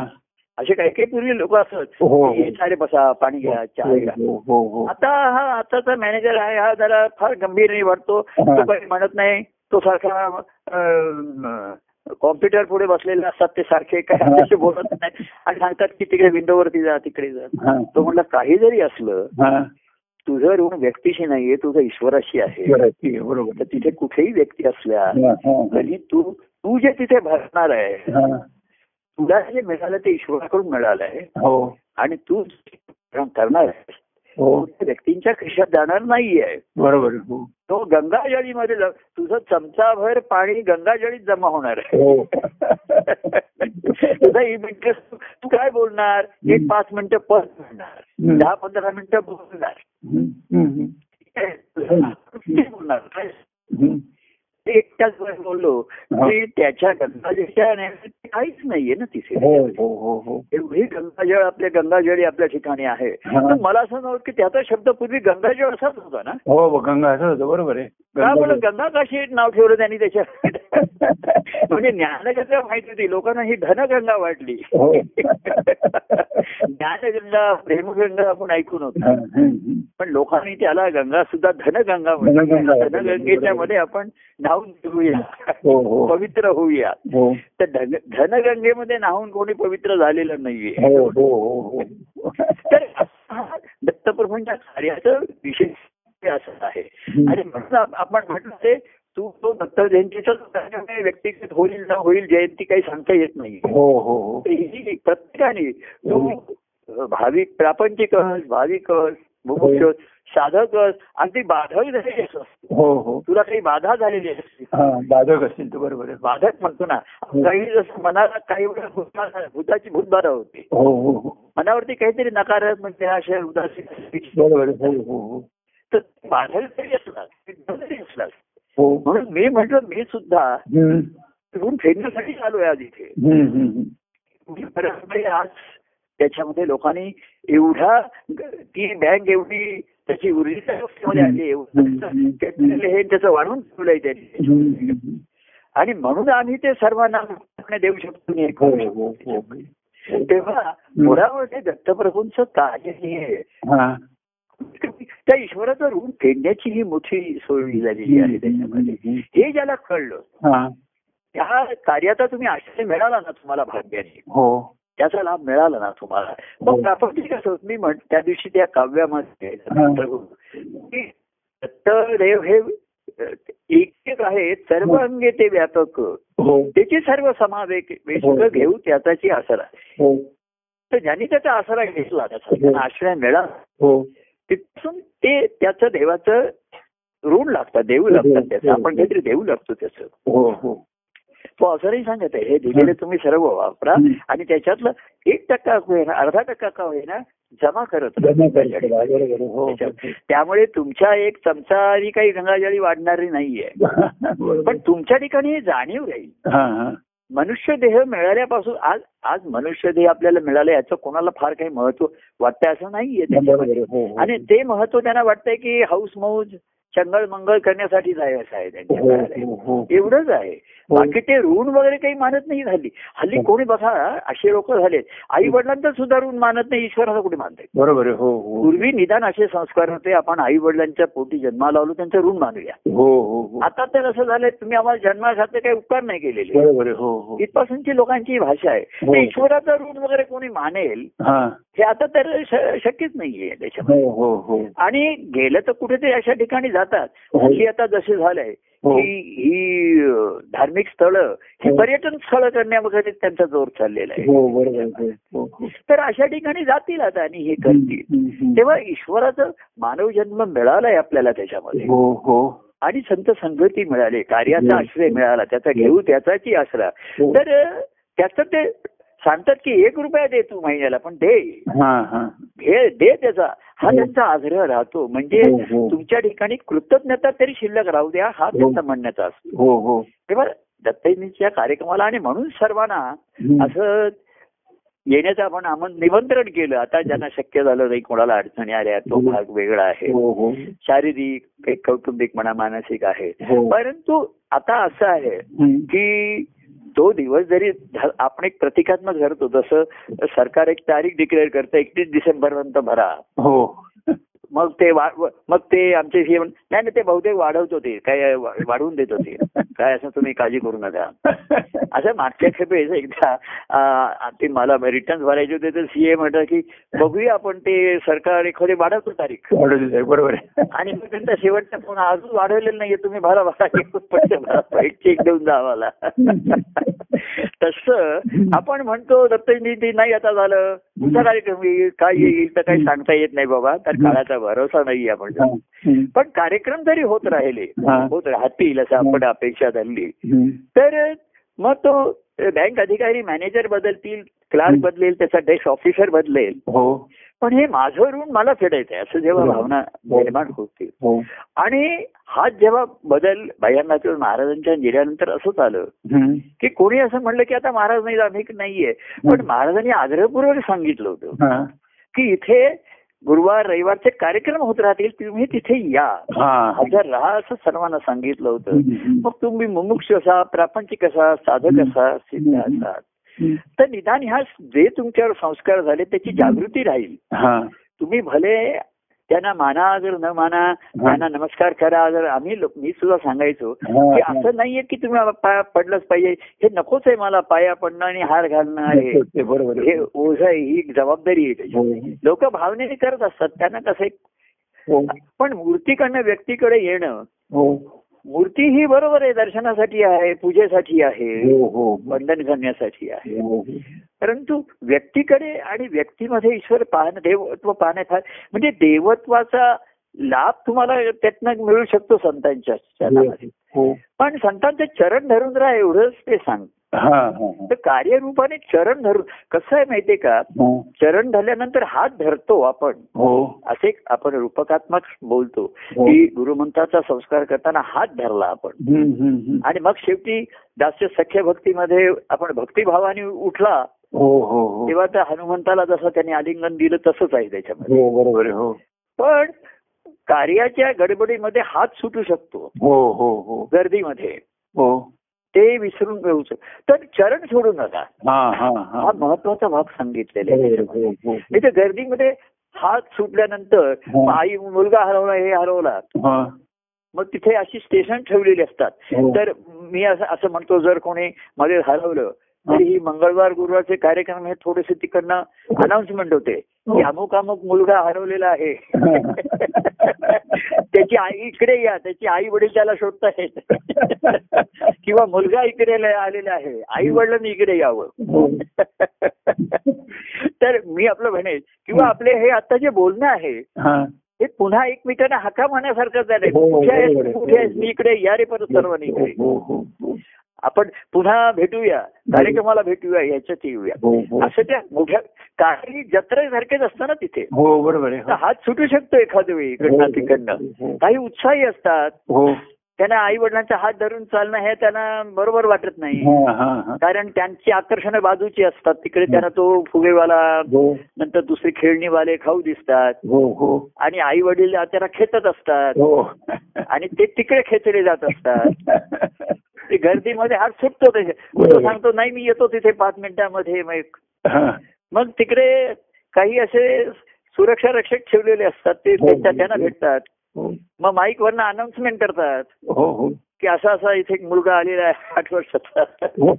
Speaker 1: असे काही काही पूर्वी लोक असत
Speaker 2: हो, हो.
Speaker 1: की, अरे बसा पाणी घ्या चहा घ्या
Speaker 2: हो, हो, हो.
Speaker 1: आता हा आताचा मॅनेजर आहे हा जरा फार गंभीर नाही वाटतो
Speaker 2: हा.
Speaker 1: तो काही म्हणत नाही तो सारखा कॉम्प्युटर पुढे बसलेले असतात ते सारखे काय आपल्याशी बोलत नाही आणि सांगतात की तिकडे विंडोवरती जा तिकडे जा
Speaker 2: हा,
Speaker 1: तो म्हणला काही जरी असलं
Speaker 2: हा.
Speaker 1: तुझं ऋण व्यक्तीशी नाहीये तुझं ईश्वराशी आहे
Speaker 2: बरोबर आहे, बरोबर
Speaker 1: तर तिथे कुठेही व्यक्ती असल्या
Speaker 2: आहे. हा, हा,
Speaker 1: तरी तू तू जे तिथे भरणार आहे
Speaker 2: हा.
Speaker 1: तुला जे मिळालं ते ईश्वराकडून मिळालं आहे
Speaker 2: हो
Speaker 1: आणि तू करणार आहे
Speaker 2: हो
Speaker 1: तू त्या व्यक्तींच्या खिशात जाणार नाहीये
Speaker 2: बरोबर आहे, हो
Speaker 1: तो गंगाजळीमध्ये जाऊ- तुझं चमचाभर पाणी गंगाजळीत जमा होणार
Speaker 2: (laughs)
Speaker 1: आहे
Speaker 2: हो
Speaker 1: तुझा ही इंटरेस्ट तू काय बोलणार एक पाच मिनिटं पद बोलणार
Speaker 2: हम्म.
Speaker 1: दहा पंधरा मिनिटं बोलणार
Speaker 2: हम्म, हम्म,
Speaker 1: ठीक आहे? तुझं बोलणार काय?
Speaker 2: हम्म.
Speaker 1: एक तास भर बोललो
Speaker 2: हा.
Speaker 1: की त्याच्या गंगाजळच्या न्यायालयात काहीच नाहीये ना तिथे
Speaker 2: हो हो हो हो
Speaker 1: एवढी गंगाजळ आपल्या गंगाजळी आपल्या ठिकाणी आहे
Speaker 2: हा.
Speaker 1: पण मला असं नव्हतं की त्याचा शब्द पूर्वी गंगाजळ असाच होता ना
Speaker 2: हो हो, गंगा असं होतं बरोबर आहे
Speaker 1: का
Speaker 2: गंगा-
Speaker 1: बरं गंगा काशी नाव ठेवलं त्यांनी त्याच्या (laughs) म्हणजे ज्ञानगंगा माहिती होती लोकांना ही धनगंगा
Speaker 2: (laughs)
Speaker 1: वाटली
Speaker 2: हो.
Speaker 1: ज्ञानगंगा प्रेमगंगा आपण
Speaker 2: (laughs)
Speaker 1: ऐकून होतो
Speaker 2: हा, हम्म,
Speaker 1: पण लोकांनी त्याला गंगा सुद्धा धनगंगा
Speaker 2: धनगंगा
Speaker 1: म्हणतो
Speaker 2: वाटली.
Speaker 1: धनगंगेच्या मध्ये आपण नाहून घेऊया
Speaker 2: हो हो
Speaker 1: पवित्र होऊया
Speaker 2: हो
Speaker 1: तर धन धनगंगेमध्ये नाहून कोणी पवित्र झालेलं नाहीये
Speaker 2: हो हो हो हो
Speaker 1: तर हा दत्तप्रभूंच्या कार्याचं विशेष असं आहे आणि म्हणून आप- आपण म्हटलं ते तू तो दत्त जयंतीचा कार्यक्रम व्यक्तिगत होईल न होईल जयंती काही सांगता येत नाही
Speaker 2: हो हो हो
Speaker 1: ते ही प्रत्येकाने तू भाविक प्रापंचिक अस, भाविक अस, मुमुक्ष अस, साधक अस, अगदी बाधक झालेली असस.
Speaker 2: हो हो
Speaker 1: तुला काही बाधा झालेली असते
Speaker 2: हा बाधक असतील तर बरोबर आहे
Speaker 1: बाधक म्हणतो ना काही जसं मनाला काही वेळा भूता- भूताची भूतबाधा होते
Speaker 2: हो हो हो
Speaker 1: मनावरती काहीतरी नकारात्मक म्हणजे अशा उदासीन असते.
Speaker 2: बरोबर आहे हो हो
Speaker 1: तर बाधक जरी असला जरी असला
Speaker 2: हो हो
Speaker 1: म्हणून मी म्हटलं मी सुद्धा
Speaker 2: हम्म,
Speaker 1: फिरून फिरण्यासाठी आलोय आज इथे
Speaker 2: हम्म, हम्म.
Speaker 1: मी खरं म्हणजे आज त्याच्यामध्ये लोकांनी एवढा ग- ती बँक एवढी त्याची ऊर्जा मध्ये आली एवढं त्याचं हे त्याचं वाढवून ठेवलंय त्यांनी
Speaker 2: हम्म, हम्म.
Speaker 1: आणि म्हणून आम्ही ते सर्वांना आपण देऊ शकतो नाही
Speaker 2: हो
Speaker 1: करू
Speaker 2: हो हो
Speaker 1: शकतो. तेव्हा मुळामध्ये दत्तप्रभूंचं कार्य हे आहे.
Speaker 2: हा
Speaker 1: कमीत कमी त्या ईश्वराचं ऋण फेडण्याची ही मोठी सोय झालेली आहे त्याच्यामध्ये हे ज्याला कळलं
Speaker 2: हा
Speaker 1: त्या कार्याचा तुम्ही आश्रय मिळाला ना तुम्हाला भाग्याने
Speaker 2: हो
Speaker 1: त्याचा लाभ मिळाला ना तुम्हाला
Speaker 2: हो.
Speaker 1: मग प्रापंचिक असं होतं. मी म्हण त्या दिवशी त्या काव्यामध्ये
Speaker 2: हा.
Speaker 1: की दत्तदेव हे अ, एकच आहेत सर्व
Speaker 2: हो.
Speaker 1: अंगे ते व्यापक
Speaker 2: हो
Speaker 1: त्याचे सर्व समावेक
Speaker 2: हो.
Speaker 1: वेग घेऊ त्याचाची आसरा
Speaker 2: हो
Speaker 1: तर ज्यांनी त्याचा आसरा घेतला
Speaker 2: हो.
Speaker 1: त्याचा आश्रय मिळाला
Speaker 2: हो
Speaker 1: तिथून ते त्याचं देवाचं ऋण लागतात देऊ
Speaker 2: हो,
Speaker 1: लागतात त्याचं
Speaker 2: हो,
Speaker 1: आपण
Speaker 2: हो.
Speaker 1: काहीतरी देऊ लागतो त्याचं
Speaker 2: हो हो
Speaker 1: तो असंही सांगत आहे हे दिलेले तुम्ही सर्व वापरा
Speaker 2: हम्म.
Speaker 1: आणि त्याच्यातलं एक टक्का होईना अर्धा टक्का का होईना जमा करत राहा
Speaker 2: जमा करायचं.
Speaker 1: त्याच्याकडे.
Speaker 2: बरोबर आहे. हो, हो.
Speaker 1: त्याच्यात. त्यामुळे तुमच्या एक चमचारी काही गंगाजळी वाढणारी नाहीये
Speaker 2: बरोबर.
Speaker 1: पण तुमच्या ठिकाणी जाणीव राहील
Speaker 2: हा, हा.
Speaker 1: मनुष्य देह मिळाल्यापासून आज आज मनुष्य देह आपल्याला मिळालं याचं कोणाला फार काही महत्व वाटतंय असं नाहीये
Speaker 2: बरोबर
Speaker 1: त्याच्यामध्ये
Speaker 2: आहे. हो, हो.
Speaker 1: आणि ते महत्व त्यांना वाटतंय की हौस मौज चंगळ मंगळ करण्यासाठी जायचं आहे त्यांच्या
Speaker 2: हो,
Speaker 1: घराला.
Speaker 2: हो, हो.
Speaker 1: एवढंच आहे
Speaker 2: हो.
Speaker 1: बाकी ते ऋण वगैरे काही मानत नाही झाली हल्ली
Speaker 2: हो.
Speaker 1: कोणी बघा असे लोक झालेत आई वडिलांचं सुद्धा ऋण मानत नाही ईश्वराचं कुठे मानते
Speaker 2: बरोबर आहे. हो हो
Speaker 1: पूर्वी निदान असे संस्कार होते आपण आई वडिलांच्या पोटी जन्माला आलो त्यांचं ऋण मानूया
Speaker 2: हो हो हो
Speaker 1: आता तर असं झालंय तुम्ही आम्हाला जन्मासाठी काही उपकार नाही केलेले
Speaker 2: बरोबर आहे. हो हो
Speaker 1: इथपासूनची लोकांची भाषा आहे
Speaker 2: हो.
Speaker 1: ते ईश्वराचं ऋण वगैरे कोणी मानेल
Speaker 2: हा
Speaker 1: हे आता तर श- शक्यच नाहीये त्याच्यामध्ये
Speaker 2: हो हो हो
Speaker 1: आणि गेलं तर कुठेतरी अशा ठिकाणी जातात
Speaker 2: हो.
Speaker 1: हल्ली आता जसे झालंय
Speaker 2: हो.
Speaker 1: की ही अ, धार्मिक स्थळं ही
Speaker 2: हो.
Speaker 1: पर्यटन स्थळं करण्यामध्ये त्यांचा जोर चाललेला आहे
Speaker 2: हो बरोबर आहे. हो हो.
Speaker 1: तर अशा ठिकाणी जातील आता आणि हे करतील
Speaker 2: हम्म, हम्म.
Speaker 1: तेव्हा ईश्वराचं मानव जन्म मिळालाय आपल्याला त्याच्यामध्ये
Speaker 2: हो हो
Speaker 1: आणि संत संगती मिळाली
Speaker 2: हम्म.
Speaker 1: कार्याचा आश्रय मिळाला त्याचा घेऊ त्याचाची आसरा
Speaker 2: हो.
Speaker 1: तर अ, त्याचं ते सांगतात की एक रुपया दे तू महिन्याला पण दे
Speaker 2: हा हा
Speaker 1: घे दे त्याचा हा
Speaker 2: हो.
Speaker 1: त्यांचा आग्रह राहतो म्हणजे
Speaker 2: हो, हो.
Speaker 1: तुमच्या ठिकाणी कृतज्ञता तरी शिल्लक राहू द्या हा
Speaker 2: हो.
Speaker 1: त्यांचा म्हणण्याचा असतो
Speaker 2: हो हो
Speaker 1: तेव्हा दत्तजींच्या कार्यक्रमाला आणि म्हणून सर्वांना
Speaker 2: हम्म.
Speaker 1: असं येण्याचं आपण आमं- निमंत्रण केलं आता ज्यांना शक्य झालं नाही कोणाला अडचणी आल्या तो
Speaker 2: हो.
Speaker 1: भाग वेगळा आहे
Speaker 2: हो हो
Speaker 1: शारीरिक काही कौटुंबिक म्हणा मानसिक आहे
Speaker 2: हो
Speaker 1: परंतु आता असं आहे
Speaker 2: हम्म.
Speaker 1: की तो दिवस जरी ध- आपण एक प्रतिकात्मक धरतो जसं सरकार एक तारीख डिक्लेअर करतं एकतीस डिसेंबर पर्यंत भरा
Speaker 2: हो
Speaker 1: मग ते वा- व- मग ते आमचे हे म्हण- नाही नाही ते बहुतेक वाढवत होते काय वा- वाढवून देत होते काय असं तुम्ही काळजी करू नका असं मागच्या खेपेस एकदा अं, ते मला रिटर्न भरायचे होते तर सीए म्हटलं की बघूया आपण ते सरकार एखादी वाढवतो तारीख
Speaker 2: वाढवलेलं आहे. बरोबर आहे.
Speaker 1: आणि मग त्यांचा शेवटचा फोन अजून वाढवलेलं नाहीये तुम्ही भरा भरा वाईट चेक देऊन जा आम्हाला तसं आपण म्हणतो दत्तजयंती नाही आता झालं पुढचा कार्यक्रम येईल काय येईल तर काही सांगता येत नाही बाबा तर काळाचा भरोसा नाही आपण
Speaker 2: हा. हम्म.
Speaker 1: पण कार्यक्रम जरी होत राहिले
Speaker 2: हा. हो.
Speaker 1: होत राहतील असं आपण अपेक्षा धरली
Speaker 2: हम्म.
Speaker 1: तर मग तो बँक अधिकारी मॅनेजर बदलतील क्लार्क
Speaker 2: हं.
Speaker 1: बदलेल त्याचा डेस्क ऑफिसर बदलेल
Speaker 2: हो
Speaker 1: पण हे माझं ऋण मला फेडायचं आहे असं जेव्हा
Speaker 2: बरोबर.
Speaker 1: भावना
Speaker 2: हो.
Speaker 1: निर्माण होतील
Speaker 2: हो
Speaker 1: आणि हाच जेव्हा बदल भैरनाथ महाराजांच्या गेल्यानंतर असंच आलं
Speaker 2: हम्म.
Speaker 1: की कोणी असं म्हणलं की आता महाराज नाही आम्ही नाहीये पण महाराजांनी आग्रहपूर्वक सांगितलं होतं
Speaker 2: हा
Speaker 1: की इथे गुरुवार रविवारचे कार्यक्रम होत राहतील तुम्ही तिथे या
Speaker 2: हा
Speaker 1: हजर राहा असं सर्वांना सांगितलं होतं
Speaker 2: हम्म.
Speaker 1: मग तुम्ही मुमुक्ष असा प्रापंचिक असा साधक असा सिद्ध असा तर निदान ह्या जे तुमच्यावर संस्कार झाले त्याची जागृती राहील
Speaker 2: हा
Speaker 1: तुम्ही भले त्यांना माना जर न माना त्यांना नमस्कार करा जर आम्ही लोक मी सुद्धा सांगायचो की
Speaker 2: हा.
Speaker 1: असं नाहीये की तुम्ही मला पाया पडलंच पाहिजे हे नकोच आहे मला पाया पडणं आणि हार घालणं आहे
Speaker 2: हो, ते बरोबर आहे.
Speaker 1: हे ओझ आहे ही एक जबाबदारी आहे त्याची
Speaker 2: हो
Speaker 1: लोक भावनेने करत असतात त्यांना कसं एक-
Speaker 2: हो
Speaker 1: पण मूर्तीकडनं व्यक्तीकडे येणं
Speaker 2: हो
Speaker 1: मूर्ती ही बरोबर आहे दर्शनासाठी आहे पूजेसाठी आहे
Speaker 2: हो हो
Speaker 1: वंदन करण्यासाठी आहे
Speaker 2: हो.
Speaker 1: परंतु व्यक्तीकडे आणि व्यक्तीमध्ये ईश्वर पाहणं देवत्व पाहणं फार म्हणजे देवत्वाचा लाभ तुम्हाला त्यातनं मिळू शकतो संतांच्या चरणामध्ये
Speaker 2: हो
Speaker 1: पण संतांचे चरण धरून राहा एवढंच ते सांग
Speaker 2: हा हा हा.
Speaker 1: तर कार्यरूपाने चरण धरून कसं आहे माहितीये का
Speaker 2: हा.
Speaker 1: चरण धरल्यानंतर हात धरतो आपण
Speaker 2: हो
Speaker 1: असे एक आपण रूपकात्मक बोलतो
Speaker 2: हो.
Speaker 1: की गुरुमंत्राचा संस्कार करताना हात धरला आपण
Speaker 2: हम्म, हम्म, हम्म.
Speaker 1: आणि मग शेवटी दास्य सख्य भक्तीमध्ये आपण भक्तिभावाने उठला
Speaker 2: हो हो हो
Speaker 1: तेव्हा त्या हनुमंताला जसं त्यांनी आलिंगन दिलं तसंच आहे त्याच्यामध्ये
Speaker 2: हो बरोबर आहे. हो
Speaker 1: पण कार्याच्या गडबडीमध्ये हात सुटू शकतो
Speaker 2: हो हो हो
Speaker 1: गर्दीमध्ये
Speaker 2: हो
Speaker 1: ते विसरून घेऊ शकतो तर चरण सोडू नका
Speaker 2: हा हा हा
Speaker 1: हा महत्वाचा भाग सांगितलेला आहे
Speaker 2: बरोबर
Speaker 1: त्याच्यामध्ये.
Speaker 2: आहे. हो, हो.
Speaker 1: नाही तर गर्दीमध्ये हात सुटल्यानंतर
Speaker 2: हो.
Speaker 1: आई मुलगा हरवला हे हरवला
Speaker 2: हा.
Speaker 1: मग तिथे अशी स्टेशन ठेवलेली असतात
Speaker 2: हो.
Speaker 1: तर मी असं असं म्हणतो जर कोणी मध्ये हरवलं तरी ही मंगळवार गुरुवारचे कार्यक्रम हे थोडेसे तिकडनं अनाउन्समेंट होते की अमुक अमुक मुलगा
Speaker 2: (laughs)
Speaker 1: हरवलेला आहे त्याची आई इकडे या त्याची आई वडील त्याला शोधतायत (laughs) किंवा मुलगा इकडे ल- आलेला आहे आई वडिलांनी इकडे यावं (laughs)
Speaker 2: हो.
Speaker 1: तर मी आपलं म्हणेल किंवा आपले हे आता जे बोलणं आहे
Speaker 2: हा.
Speaker 1: हे पुन्हा एकमेकांना हाका म्हणण्यासारखं झालंय
Speaker 2: हो,
Speaker 1: कुठे
Speaker 2: बरोबर आहे.
Speaker 1: आहेस कुठे आहेस मी इकडे या रे परत सर्वांनी इकडे
Speaker 2: हो, हो, हो.
Speaker 1: आपण पुन्हा भेटूया कार्यक्रमाला भेटूया याच्यात येऊया
Speaker 2: हो, हो.
Speaker 1: असं त्या मोठ्या काही जत्रेसारखेच असतं ना तिथे
Speaker 2: हो बरोबर आहे
Speaker 1: तर हात सुटू शकतो एखाद्या वेळी इकडनं तिकडनं
Speaker 2: हो,
Speaker 1: काही उत्साही असतात
Speaker 2: हो
Speaker 1: त्यांना आई वडिलांचा हात धरून चालणं हे त्यांना बरोबर वाटत नाही
Speaker 2: हा, हा, हा.
Speaker 1: कारण त्यांची आकर्षणं बाजूची असतात तिकडे त्यांना तो फुगेवाला
Speaker 2: हो
Speaker 1: नंतर दुसरे खेळणीवाले खाऊ दिसतात
Speaker 2: हो हो
Speaker 1: आणि आई वडील त्याला खेचत असतात
Speaker 2: हो
Speaker 1: आणि ते तिकडे खेचले जात असतात ते गर्दीमध्ये हात सुटतो त्याचे
Speaker 2: हो.
Speaker 1: तो सांगतो नाही मी येतो तिथे पाच मिनिटांमध्ये मग एक."
Speaker 2: हा.
Speaker 1: मग तिकडे काही असे सुरक्षा रक्षक ठेवलेले असतात ते
Speaker 2: हो,
Speaker 1: त्यांच्या-
Speaker 2: हो,
Speaker 1: त्यांना
Speaker 2: हो.
Speaker 1: भेटतात
Speaker 2: हो
Speaker 1: मग माईक वरनं अनाउन्समेंट करतात
Speaker 2: हो हो
Speaker 1: की असा असा इथे एक मुलगा आलेला आहे आठ वर्षाचा
Speaker 2: हो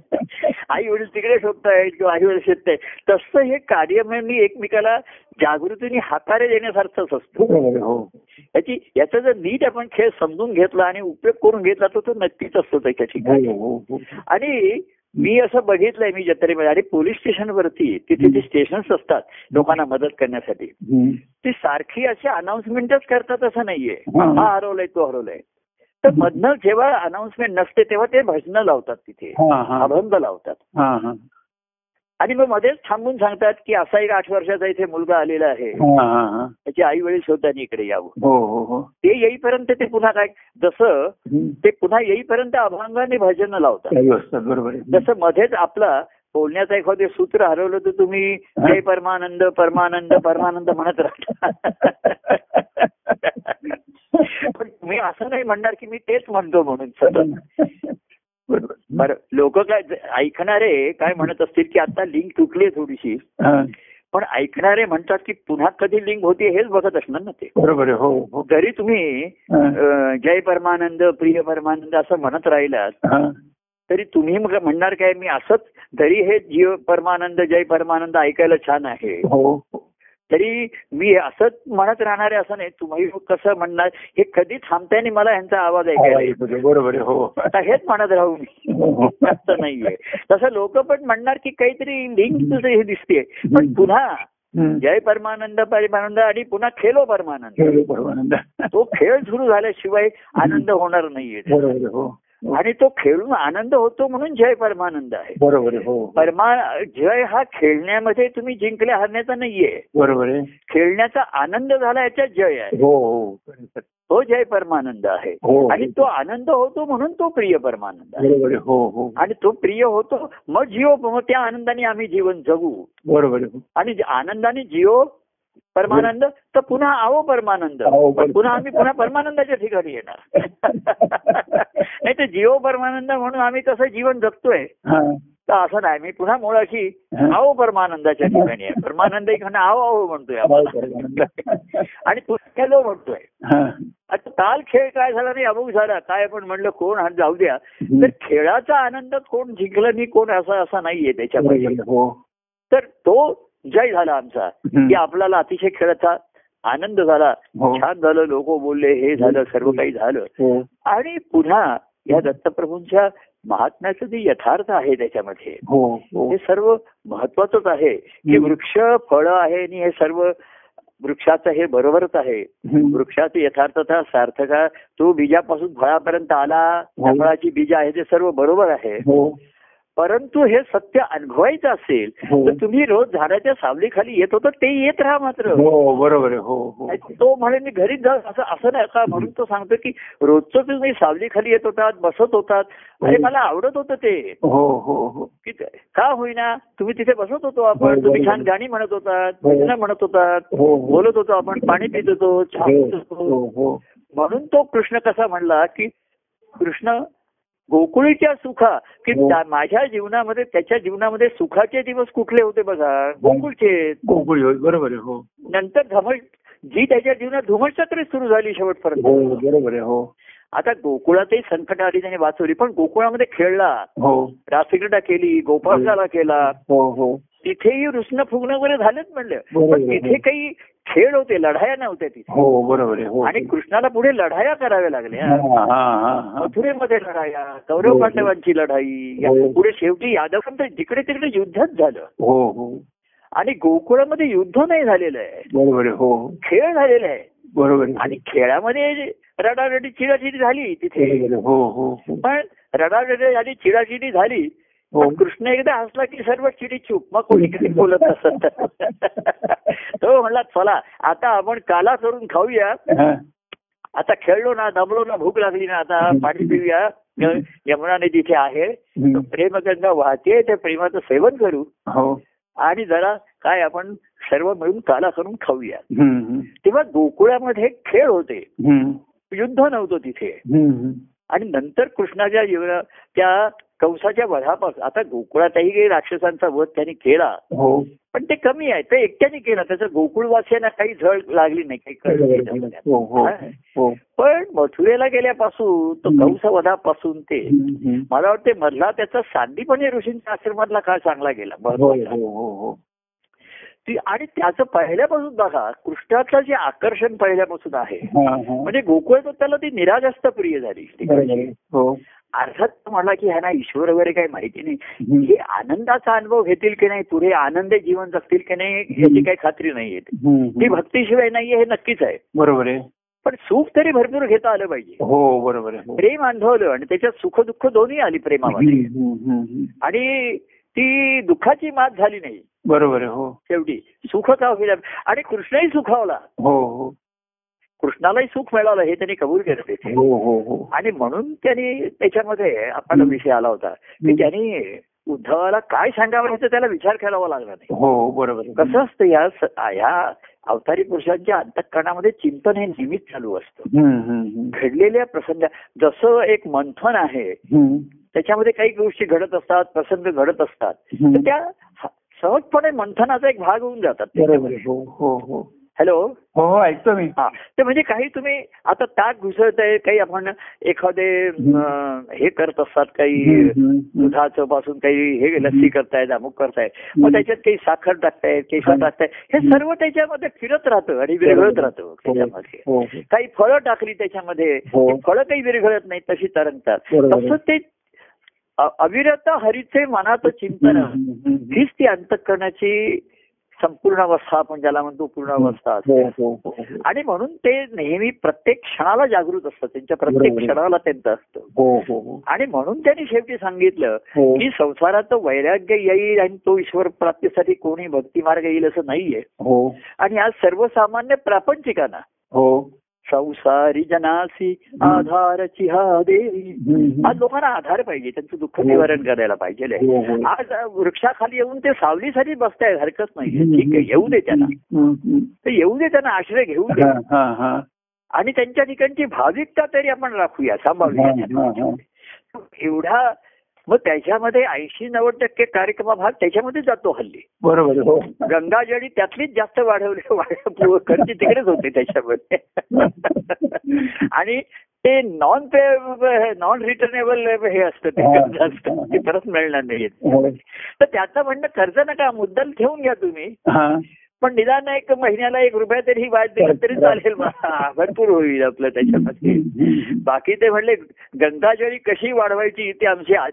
Speaker 1: आई वडील तिकडे शोधतायत किंवा आई वडील शोधतायत तसं हे कार्य मी एकमेकाला जागृतीने हातारे देण्यासारखंच असतं
Speaker 2: बरोबर आहे, हो
Speaker 1: याची याचा जर नीट आपण खेळ समजून घेतला आणि उपयोग करून घेतला तर तो नक्कीच असतो त्याच्या ठिकाणी
Speaker 2: हो हो हो
Speaker 1: आणि मी असं बघितलंय मी जत्रेमध्ये आणि पोलीस स्टेशनवरती तिथे जी स्टेशन्स असतात लोकांना मदत करण्यासाठी
Speaker 2: हम्म.
Speaker 1: ती सारखी अशी अनाउन्समेंटच करतात असं नाहीये
Speaker 2: हा.
Speaker 1: हा हरवलाय तो हरवलाय तर मधनं जेव्हा अनाउन्समेंट नसते तेव्हा ते भजनं लावतात तिथे
Speaker 2: हा हा
Speaker 1: अभंग लावतात
Speaker 2: हा हा
Speaker 1: आणि मग मध्येच थांबून सांगतात की असा एक आठ वर्षाचा इथे मुलगा आलेला आहे
Speaker 2: हा हा हा
Speaker 1: त्याची आई वडील शोधताना इकडे यावं
Speaker 2: हो हो हो
Speaker 1: ते येईपर्यंत ते पुन्हा काय जसं
Speaker 2: हम्म.
Speaker 1: ते पुन्हा येईपर्यंत अभंगाने भजन लावतात
Speaker 2: काही असतात बरोबर आहे.
Speaker 1: जसं मध्येच आपला बोलण्याचं एखादं सूत्र हरवलं तर तुम्ही जय परमानंद परमानंद परमानंद म्हणत राहता पण तुम्ही असं नाही म्हणणार की मी तेच म्हणतो म्हणून सतत
Speaker 2: बरोबर
Speaker 1: बरं लोक काय ऐकणारे काय म्हणत असतील की आता लिंक तुटली आहे थोडीशी
Speaker 2: हा,
Speaker 1: पण ऐकणारे म्हणतात की पुन्हा कधी लिंक होते हेच बघत असणार ना ते
Speaker 2: बरोबर आहे, हो हो
Speaker 1: जरी तुम्ही
Speaker 2: हा,
Speaker 1: अं, जय परमानंद प्रिय परमानंद असं म्हणत राहिलात
Speaker 2: हा.
Speaker 1: तरी तुम्ही मग म्हणणार काय मी असंच जरी हे जीव परमानंद जय परमानंद ऐकायला छान आहे
Speaker 2: हो हो.
Speaker 1: तरी मी असंच म्हणत राहणारे असं नाही तुम्ही कसं म्हणणार हे कधी थांबताना मला ह्यांचा आवाज ऐकायला येतो.
Speaker 2: बरोबर आहे, बरोबर आहे, हो
Speaker 1: आता हेच म्हणत राहू मी
Speaker 2: हो,
Speaker 1: असं नाहीये तसं लोक पण म्हणणार की काहीतरी लिंक हे दिसते पण पुन्हा
Speaker 2: हम्म.
Speaker 1: जय परमानंद परमानंद आणि पुन्हा खेलो परमानंद
Speaker 2: खेळ परमानंद
Speaker 1: तो खेळ सुरू झाल्याशिवाय आनंद होणार नाहीये
Speaker 2: बरोबर आहे, हो
Speaker 1: आणि तो खेळून आनंद होतो म्हणून जय परमानंद आहे
Speaker 2: बरोबर आहे, हो
Speaker 1: परमा जय हा खेळण्यामध्ये तुम्ही जिंकल्या हरण्याचा नाहीये
Speaker 2: बरोबर आहे
Speaker 1: खेळण्याचा आनंद झाला याच्यात जय आहे
Speaker 2: हो हो बरोबर
Speaker 1: तो जय परमानंद आहे
Speaker 2: हो.
Speaker 1: आणि तो आनंद होतो म्हणून तो प्रिय परमानंद आहे
Speaker 2: आहे, हो हो
Speaker 1: आणि तो प्रिय होतो मग जीव मग त्या आनंदाने आम्ही जीवन जगू
Speaker 2: बरोबर आहे,
Speaker 1: आणि जे आनंदाने जीव परमानंद तर पुन्हा आहो परमानंद
Speaker 2: आहो
Speaker 1: पण
Speaker 2: परमानंद.
Speaker 1: पुन्हा आम्ही पुन्हा परमानंदाच्या
Speaker 2: (laughs)
Speaker 1: ठिकाणी येणार नाही तर जीव परमानंद म्हणून आम्ही कसं जीवन जगतोय
Speaker 2: हा,
Speaker 1: तर असं नाही मी पुन्हा मुळाशी आहो परमानंदाच्या ठिकाणी आहे परमानंद एक म्हणणं आहो आहो म्हणतोय
Speaker 2: आहो
Speaker 1: आपण
Speaker 2: परमानंद.
Speaker 1: आणि पुन्हा खेळलो म्हणतोय
Speaker 2: हा.
Speaker 1: आता काल खेळ काय झाला नाही अमुक झाला काय आपण म्हणलं कोण हा जाऊ द्या तर खेळाचा आनंद कोण जिंकला नाही कोण असा असा नाहीये त्याच्यामध्ये
Speaker 2: बरोबर आहे, हो
Speaker 1: तर तो जय झाला आमचा
Speaker 2: हम्म.
Speaker 1: की आपल्याला अतिशय खेळाचा आनंद झाला
Speaker 2: हो
Speaker 1: छान झालं लोक बोलले हे झालं सर्व काही झालं
Speaker 2: हो
Speaker 1: आणि पुन्हा या दत्तप्रभूंच्या महात्म्याचं जे यथार्थ आहे त्याच्यामध्ये
Speaker 2: हो हो
Speaker 1: हे सर्व महत्वाचंच आहे की
Speaker 2: हम्म.
Speaker 1: वृक्ष फळं आहे आणि हे सर्व वृक्षाचं हे बरोबरच आहे
Speaker 2: हम्म.
Speaker 1: वृक्षाची यथार्थता सार्थका तो बीजापासून फळापर्यंत आला त्या फळाची बीज आहे ते सर्व बरोबर आहे
Speaker 2: हो
Speaker 1: परंतु हे सत्य अनुभवायचं असेल
Speaker 2: हो.
Speaker 1: तर तुम्ही रोज झाडाच्या सावलीखाली येत होता ते येत राहा मात्र
Speaker 2: हो बरोबर आहे, हो हो
Speaker 1: तो म्हणे मी घरीच जा असं असं नाही का म्हणून तो सांगतो की रोजचं तुम्ही सावलीखाली येत होतात बसत होतात अरे मला आवडत होतं ते
Speaker 2: हो हो हो
Speaker 1: की ते- का होईना तुम्ही तिथे बसत होतो आपण
Speaker 2: बरोबर,
Speaker 1: तुम्ही छान
Speaker 2: बरोबर.
Speaker 1: गाणी म्हणत होतात
Speaker 2: हो.
Speaker 1: भजनं म्हणत होतात
Speaker 2: हो, हो.
Speaker 1: बोलत होतो आपण पाणी पित होतो चहा पित
Speaker 2: हो
Speaker 1: होतो
Speaker 2: हो
Speaker 1: म्हणून तो कृष्ण कसा म्हणला की कृष्ण गोकुळीच्या सुखा की
Speaker 2: हो.
Speaker 1: त्या- माझ्या जीवनामध्ये त्याच्या जीवनामध्ये सुखाचे दिवस कुठले होते बघा गोकुळचे
Speaker 2: गोकुळी होय बरोबर आहे हो
Speaker 1: नंतर धमळ जी त्याच्या जीवनात धुमळचक्र सुरू झाली
Speaker 2: हो
Speaker 1: शेवटपर्यंत
Speaker 2: बरोबर आहे हो
Speaker 1: आता गोकुळातही संकट आली त्याने वाचवली पण गोकुळामध्ये खेळला
Speaker 2: हो
Speaker 1: रासक्रीडा केली गोपाळकाला केला
Speaker 2: हो हो
Speaker 1: तिथेही रुसणं फुगणं वगैरे झालंच म्हणलं
Speaker 2: बरोबर.
Speaker 1: पण तिथे काही खेळ होते लढाया नव्हत्या तिथे
Speaker 2: हो बरोबर आहे हो
Speaker 1: आणि कृष्णाला पुढे लढाया कराव्या लागल्या
Speaker 2: हा, हा, हा, हा.
Speaker 1: मथुरेमध्ये लढाया कौरव
Speaker 2: बरोबर.
Speaker 1: पांडवांची लढाई या
Speaker 2: हो.
Speaker 1: पुढे शेवटी यादवांचं जिकडे तिकडे युद्धच झालं
Speaker 2: हो हो
Speaker 1: आणि गोकुळामध्ये युद्ध नाही झालेलं आहे
Speaker 2: बरोबर आहे हो
Speaker 1: खेळ झालेला आहे
Speaker 2: बरोबर आहे.
Speaker 1: आणि खेळामध्ये रडारडी चिडाचिडी झाली तिथे
Speaker 2: बरोबर आहे. हो हो हो
Speaker 1: पण रडारडी आणि चिडाचिडी झाली
Speaker 2: हो.
Speaker 1: पण कृष्ण एकदा हसला की सर्व चिडी चूप मग कोणी काही बोलत असत तो म्हणला चला आता आपण काला करून खाऊया
Speaker 2: हा.
Speaker 1: आता खेळलो ना दमलो ना भूक लागली ना आता पाणी पिऊया य- यमुना नदी तिथे आहे
Speaker 2: हम्म.
Speaker 1: प्रेमगंगा वाहते त्या प्रेमाचं सेवन करू
Speaker 2: हो
Speaker 1: आणि जरा काय आपण सर्व मिळून काला करून खाऊया
Speaker 2: हम्म, हम्म.
Speaker 1: तेव्हा गोकुळामध्ये खेळ होते
Speaker 2: हम्म.
Speaker 1: युद्ध नव्हतं तिथे
Speaker 2: हम्म, हम्म.
Speaker 1: आणि नंतर कृष्णाच्या जीवना त्या कंसाच्या वधापासून आता गोकुळातही काही राक्षसांचा वध त्यांनी केला
Speaker 2: हो
Speaker 1: पण ते कमी आहे ते एकट्याने केलं त्याचं गोकुळवासियांना काही झळ लागली नाही काही कळलं नाही
Speaker 2: बरोबर
Speaker 1: त्यामध्ये.
Speaker 2: आहे. हो हो
Speaker 1: हा.
Speaker 2: हो
Speaker 1: पण मथुरेला गेल्यापासून तो
Speaker 2: हम्म.
Speaker 1: कंस वधापासून ते
Speaker 2: हम्म, हम्म.
Speaker 1: मला वाटते मधला त्याचा सांदीपणी ऋषींच्या आश्रमातला काळ चांगला गेला
Speaker 2: हो
Speaker 1: महत्वाचा.
Speaker 2: हो हो हो
Speaker 1: ती आणि त्याचं पहिल्यापासून बघा कृष्णाचं जे आकर्षण पहिल्यापासून आहे
Speaker 2: हा, हा.
Speaker 1: म्हणजे गोकुळ तर त्याला ती निरा जास्त प्रिय झाली
Speaker 2: बरोबर आहे. हो
Speaker 1: अर्थात तो म्हणला की ह्यांना ईश्वर वगैरे काही माहिती नाही
Speaker 2: हम्म.
Speaker 1: हे आनंदाचा अनुभव घेतील की नाही पुढे आनंदी जीवन जगतील की नाही ह्याची काही खात्री नाहीये
Speaker 2: हम्म,
Speaker 1: ती
Speaker 2: हम्म.
Speaker 1: भक्तीशिवाय नाहीये हे नक्कीच आहे
Speaker 2: बरोबर आहे
Speaker 1: पण सुख तरी भरपूर घेता आलं पाहिजे
Speaker 2: हो बरोबर आहे हो.
Speaker 1: प्रेम अनुभवलं आणि त्याच्यात सुख दुःख दोन्ही आली प्रेमामध्ये
Speaker 2: हम्म, हम्म, हम्म.
Speaker 1: आणि ती दुःखाची मात झाली नाही
Speaker 2: बरोबर आहे हो
Speaker 1: शेवटी सुख का होईल आणि कृष्णही सुखावला
Speaker 2: हो हो
Speaker 1: कृष्णालाही सुख मिळालं हे त्यांनी कबूल केलं तिथे
Speaker 2: हो हो हो
Speaker 1: आणि म्हणून त्यांनी त्याच्यामध्ये आपला विषय आला होता की त्यांनी उद्धवाला काय सांगावं ह्याचा त्याला विचार करावा लागला नाही
Speaker 2: हो बरोबर आहे.
Speaker 1: कसं असतं या स- ह्या अवतारी पुरुषांच्या अंतःकरणामध्ये चिंतन हे नेहमीच चालू असतं
Speaker 2: हम्म, हम्म, हम्म.
Speaker 1: घडलेल्या प्रसंगा जसं एक मंथन आहे
Speaker 2: हम्म,
Speaker 1: त्याच्यामध्ये काही गोष्टी घडत असतात प्रसंग घडत असतात तर
Speaker 2: हम्म.
Speaker 1: त्या ह- सहजपणे मंथनाचा एक भाग होऊन जातात
Speaker 2: बरोबर आहे. हो हो हो
Speaker 1: हॅलो
Speaker 2: हो हो ऐकतो मी
Speaker 1: हा ते म्हणजे काही तुम्ही आता ताक घुसळत आहे काही आपण एखादे अं, हे करत असतात काही
Speaker 2: हम्म, हम्म, हम्म.
Speaker 1: दुधाचं पासून काही हे लस्सी करतायत अमुक करतायत मग त्याच्यात काही साखर टाकतायत केशर
Speaker 2: हम्म.
Speaker 1: टाकतायत हे सर्व त्याच्यामध्ये फिरत राहतं आणि विरघळत राहतं त्याच्यामध्ये
Speaker 2: हो हो.
Speaker 1: काही फळं टाकली त्याच्यामध्ये
Speaker 2: हो.
Speaker 1: ती फळं काही विरघळत नाही तशी तरंगतात
Speaker 2: बरोबर.
Speaker 1: तसं ते अ- अविरत हरीचे मनात चिंतन
Speaker 2: हम्म, हम्म, हम्म.
Speaker 1: हीच ती अंतकरणाची संपूर्ण अवस्था आपण ज्याला म्हणतो पूर्णावस्था असते.
Speaker 2: हो हो हो हो.
Speaker 1: आणि म्हणून ते नेहमी प्रत्येक क्षणाला जागृत असतात त्यांच्या प्रत्येक
Speaker 2: बरोबर.
Speaker 1: क्षणाला त्यांचं असतं
Speaker 2: हो हो हो
Speaker 1: आणि म्हणून त्यांनी शेवटी सांगितलं
Speaker 2: हो
Speaker 1: की संसाराचं वैराग्य येईल आणि तो ईश्वर प्राप्तीसाठी कोणी भक्ती मार्ग येईल असं नाहीये
Speaker 2: हो
Speaker 1: आणि आज सर्वसामान्य प्रापंचिकांना
Speaker 2: हो
Speaker 1: संसारी जनासी आधार चिहा देवी
Speaker 2: हम्म,
Speaker 1: आज लोकांना आधार पाहिजे त्यांचं दुःख निवारण करायला पाहिजे
Speaker 2: हम्म. हो, हो.
Speaker 1: आज वृक्षाखाली येऊन ते सावलीसाठी बसतायत हरकत नाहीये ठीक आहे येऊ दे त्यांना
Speaker 2: हम्म, हम्म.
Speaker 1: ते येऊ दे त्यांना आश्रय घेऊ दे
Speaker 2: हा, हा, हा.
Speaker 1: आणि त्यांच्या ठिकाणची भाविकता तरी आपण राखूया सांभाळूया
Speaker 2: हा, हा, हा.
Speaker 1: एवढा मग त्याच्यामध्ये ऐंशी नव्वद टक्के कार्यक्रम भाग त्याच्यामध्ये जातो हल्ली
Speaker 2: बरोबर आहे. हो
Speaker 1: गंगाजळी त्यातलीच जास्त वाढवले वाढ- खर्ची तिकडेच होते त्याच्यामध्ये आणि ते नॉन पे नॉन रिटर्नेबल हे असतं ते
Speaker 2: हा.
Speaker 1: कर्ज असतं ते परत मिळणार नाही
Speaker 2: हो.
Speaker 1: तर त्याचं म्हणणं कर्ज नका मुद्दल ठेवून घ्या तुम्ही
Speaker 2: हा.
Speaker 1: पण निदान एक महिन्याला एक रुपया तरी व्याज दिलं तरी चालेल बा. भरपूर होईल आपलं त्याच्यामध्ये बाकी ते म्हणले गंगाजळी कशी वाढवायची ते आमचे आ-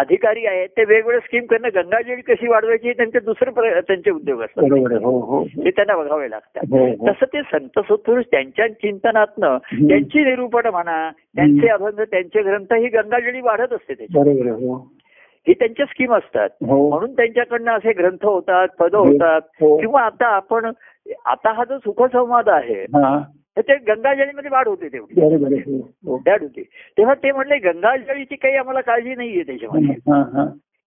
Speaker 1: अधिकारी आहेत ते वेगवेगळ्या स्कीम करणं गंगाजळी कशी वाढवायची हे त्यांचे दुसरे प्र- त्यांचे उद्योग असतात
Speaker 2: बरोबर आहे. हो हो हो.
Speaker 1: ते त्यांना बघावे लागतात
Speaker 2: हो, हो.
Speaker 1: तसं ते संत सत्पुरुष त्यांच्या चिंतनातनं त्यांची निरूपण म्हणा त्यांचे अभंग त्यांचे ग्रंथ ही गंगाजळी वाढत असते त्याची
Speaker 2: बरोबर आहे. हो
Speaker 1: ही त्यांच्या स्कीम असतात
Speaker 2: हो
Speaker 1: म्हणून त्यांच्याकडनं असे ग्रंथ होतात पद होतात
Speaker 2: हो.
Speaker 1: किंवा आता आपण आता हा जो सुखसंवाद आहे
Speaker 2: हा
Speaker 1: तर ते गंगाजळीमध्ये वाढ होते तेवढी
Speaker 2: बरोबर आहे. हो हो.
Speaker 1: डॅड होती तेव्हा ते म्हणले गंगाजळीची काही आम्हाला काळजी नाहीये त्याच्यामध्ये
Speaker 2: हा हा